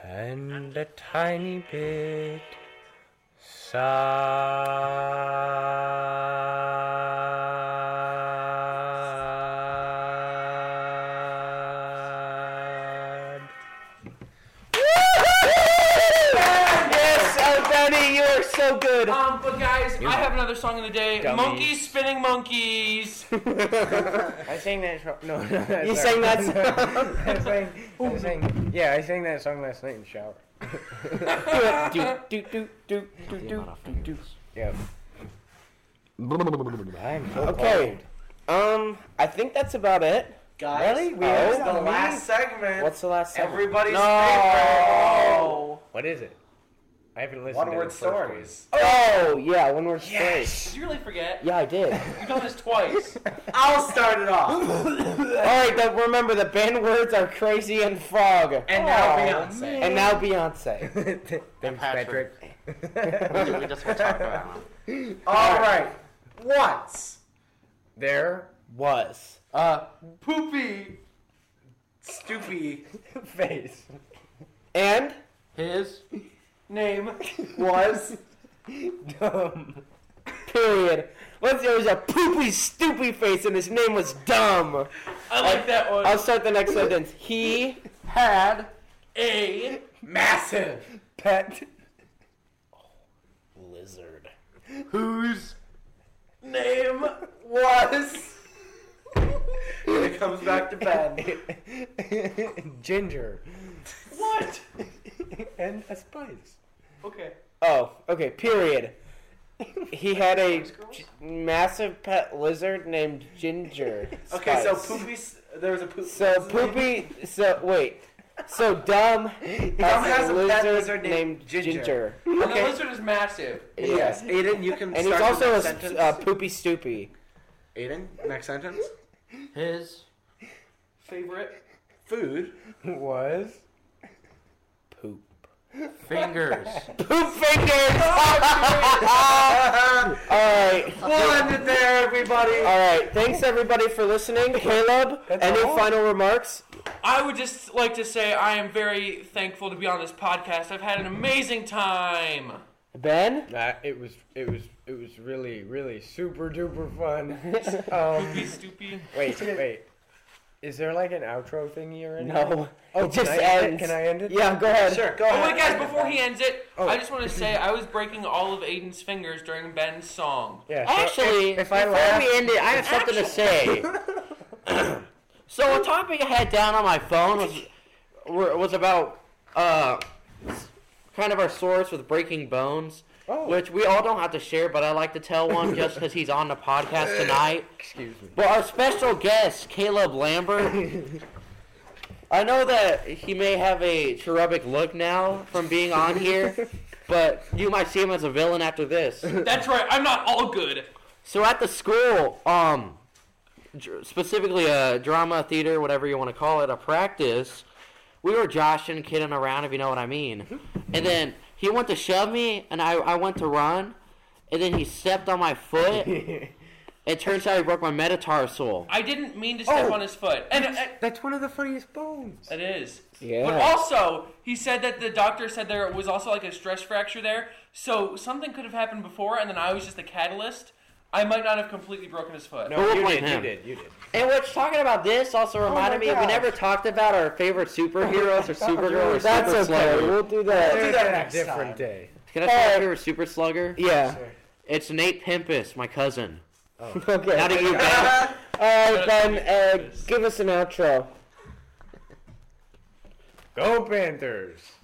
Speaker 2: And a tiny bit sad.
Speaker 1: Yes, oh, Benny, you are so good.
Speaker 4: Um, but guys, I have another song of the day. Monkeys spinning monkeys.
Speaker 2: I sang that song. No, no
Speaker 1: You
Speaker 2: sorry.
Speaker 1: sang that song.
Speaker 2: I sang, I sang, yeah, I sang that song last night in the shower.
Speaker 1: do, do, do, do, do.
Speaker 2: Yeah. I'm so
Speaker 1: Okay. Um, I think that's about it.
Speaker 5: Guys,
Speaker 2: Really? We
Speaker 5: that was
Speaker 2: have
Speaker 5: the
Speaker 2: to
Speaker 5: last segment.
Speaker 1: What's the last song?
Speaker 5: Everybody's
Speaker 1: No.
Speaker 2: What is it? I haven't listened
Speaker 5: One
Speaker 2: to
Speaker 5: word
Speaker 2: the first one.
Speaker 5: stories.
Speaker 1: Oh, yeah, one word yes.
Speaker 4: Did you really forget?
Speaker 1: Yeah, I did.
Speaker 4: You've done this twice.
Speaker 5: Oh, I'll start it off.
Speaker 1: All right, then remember the band words are crazy and fog.
Speaker 5: And now
Speaker 1: Oh,
Speaker 5: Beyonce.
Speaker 1: And now Beyonce.
Speaker 2: Thanks,
Speaker 3: Patrick.
Speaker 2: Patrick.
Speaker 3: we just talked about it.
Speaker 5: All right. Once
Speaker 2: There
Speaker 1: Was.
Speaker 5: uh, poopy, stoopy
Speaker 2: face.
Speaker 1: And
Speaker 3: His
Speaker 5: name was
Speaker 2: Dumb.
Speaker 1: period. Once there was a poopy, stoopy face, and his name was dumb.
Speaker 4: I like that one.
Speaker 1: I'll start the next sentence. He
Speaker 3: had
Speaker 4: A
Speaker 5: massive.
Speaker 2: Pet.
Speaker 1: lizard.
Speaker 3: whose
Speaker 5: Name was. when it comes back to Ben.
Speaker 2: Ginger.
Speaker 5: What?
Speaker 2: And a spice.
Speaker 4: Okay.
Speaker 1: Oh, okay. Period. He had a g- massive pet lizard named Ginger.
Speaker 5: Okay, so
Speaker 1: Spice.
Speaker 5: poopy. s- There was a poop.
Speaker 1: So
Speaker 5: what's his name?
Speaker 1: poopy. So wait. So dumb. Dumb
Speaker 5: has a pet lizard named Ginger.
Speaker 4: And the lizard is massive.
Speaker 5: Yes, Aiden, you can.
Speaker 1: And he's
Speaker 5: start the
Speaker 1: also a
Speaker 5: next
Speaker 1: s-
Speaker 5: sentence.
Speaker 1: uh, poopy stoopy.
Speaker 5: Aiden, next sentence.
Speaker 3: his
Speaker 4: Favorite.
Speaker 5: Food.
Speaker 2: Was.
Speaker 1: Poop.
Speaker 3: fingers.
Speaker 1: Poop fingers. All right.
Speaker 5: We'll end it there, everybody.
Speaker 1: All right. Thanks everybody for listening. Caleb,
Speaker 2: That's
Speaker 1: any
Speaker 2: all.
Speaker 1: final remarks?
Speaker 4: I would just like to say I am very thankful to be on this podcast. I've had an amazing time.
Speaker 1: Ben.
Speaker 2: Uh, it was. It was. It was really, really super duper fun. um,
Speaker 4: Be stupid.
Speaker 2: wait, wait. Is there like an outro thingy or anything?
Speaker 1: No.
Speaker 2: Oh,
Speaker 1: it just
Speaker 2: can I end it?
Speaker 1: ends.
Speaker 2: Can I end it?
Speaker 1: Yeah. Go ahead.
Speaker 5: Sure, go
Speaker 4: Oh wait,
Speaker 5: ahead.
Speaker 4: guys! Before he ends it,
Speaker 2: Oh.
Speaker 4: I just want to say I was breaking all of Aiden's fingers during Ben's song.
Speaker 2: Yeah. so-
Speaker 1: Actually,
Speaker 2: if I
Speaker 1: before
Speaker 2: laugh-
Speaker 1: we end it, I have something to say. so a topic I had down on my phone was were- was about uh, kind of our source with breaking bones,
Speaker 2: Oh.
Speaker 1: which we all don't have to share, but I like to tell one just because he's on the podcast tonight.
Speaker 2: Excuse me.
Speaker 1: But our special guest, Caleb Lambert. I know that he may have a cherubic look now from being on here, but you might see him as a villain after this.
Speaker 4: That's right. I'm not all good.
Speaker 1: So at the school, um, dr- specifically a drama theater, whatever you want to call it, a practice, we were joshing, kidding around, if you know what I mean. And then he went to shove me, and I, I went to run, and then he stepped on my foot. It turns out he broke my metatarsal.
Speaker 4: I didn't mean to step
Speaker 2: Oh.
Speaker 4: on his foot, and uh,
Speaker 2: That's one of the funniest bones.
Speaker 4: it is.
Speaker 1: Yeah.
Speaker 4: But also, he said that the doctor said there was also like a stress fracture there, so something could have happened before, and then I was just the catalyst. I might not have completely broken his foot.
Speaker 1: But we'll
Speaker 2: No, you
Speaker 1: blame
Speaker 2: did, you
Speaker 1: him.
Speaker 2: did. You did.
Speaker 1: And which talking about this
Speaker 7: Oh
Speaker 1: also reminded me we
Speaker 2: gosh.
Speaker 1: never talked about our favorite superheroes or Supergirl or
Speaker 7: Oh That's
Speaker 1: Super
Speaker 7: okay.
Speaker 1: Slugger.
Speaker 7: We'll do that.
Speaker 5: do that next
Speaker 2: different
Speaker 5: time.
Speaker 2: day.
Speaker 1: Can I say my favorite Super Slugger?
Speaker 7: Yeah.
Speaker 3: It's Nate Pimpus, my cousin.
Speaker 1: Okay.
Speaker 3: How do you Ben?
Speaker 1: All right, Ben. Uh, give us an outro.
Speaker 2: Go Panthers!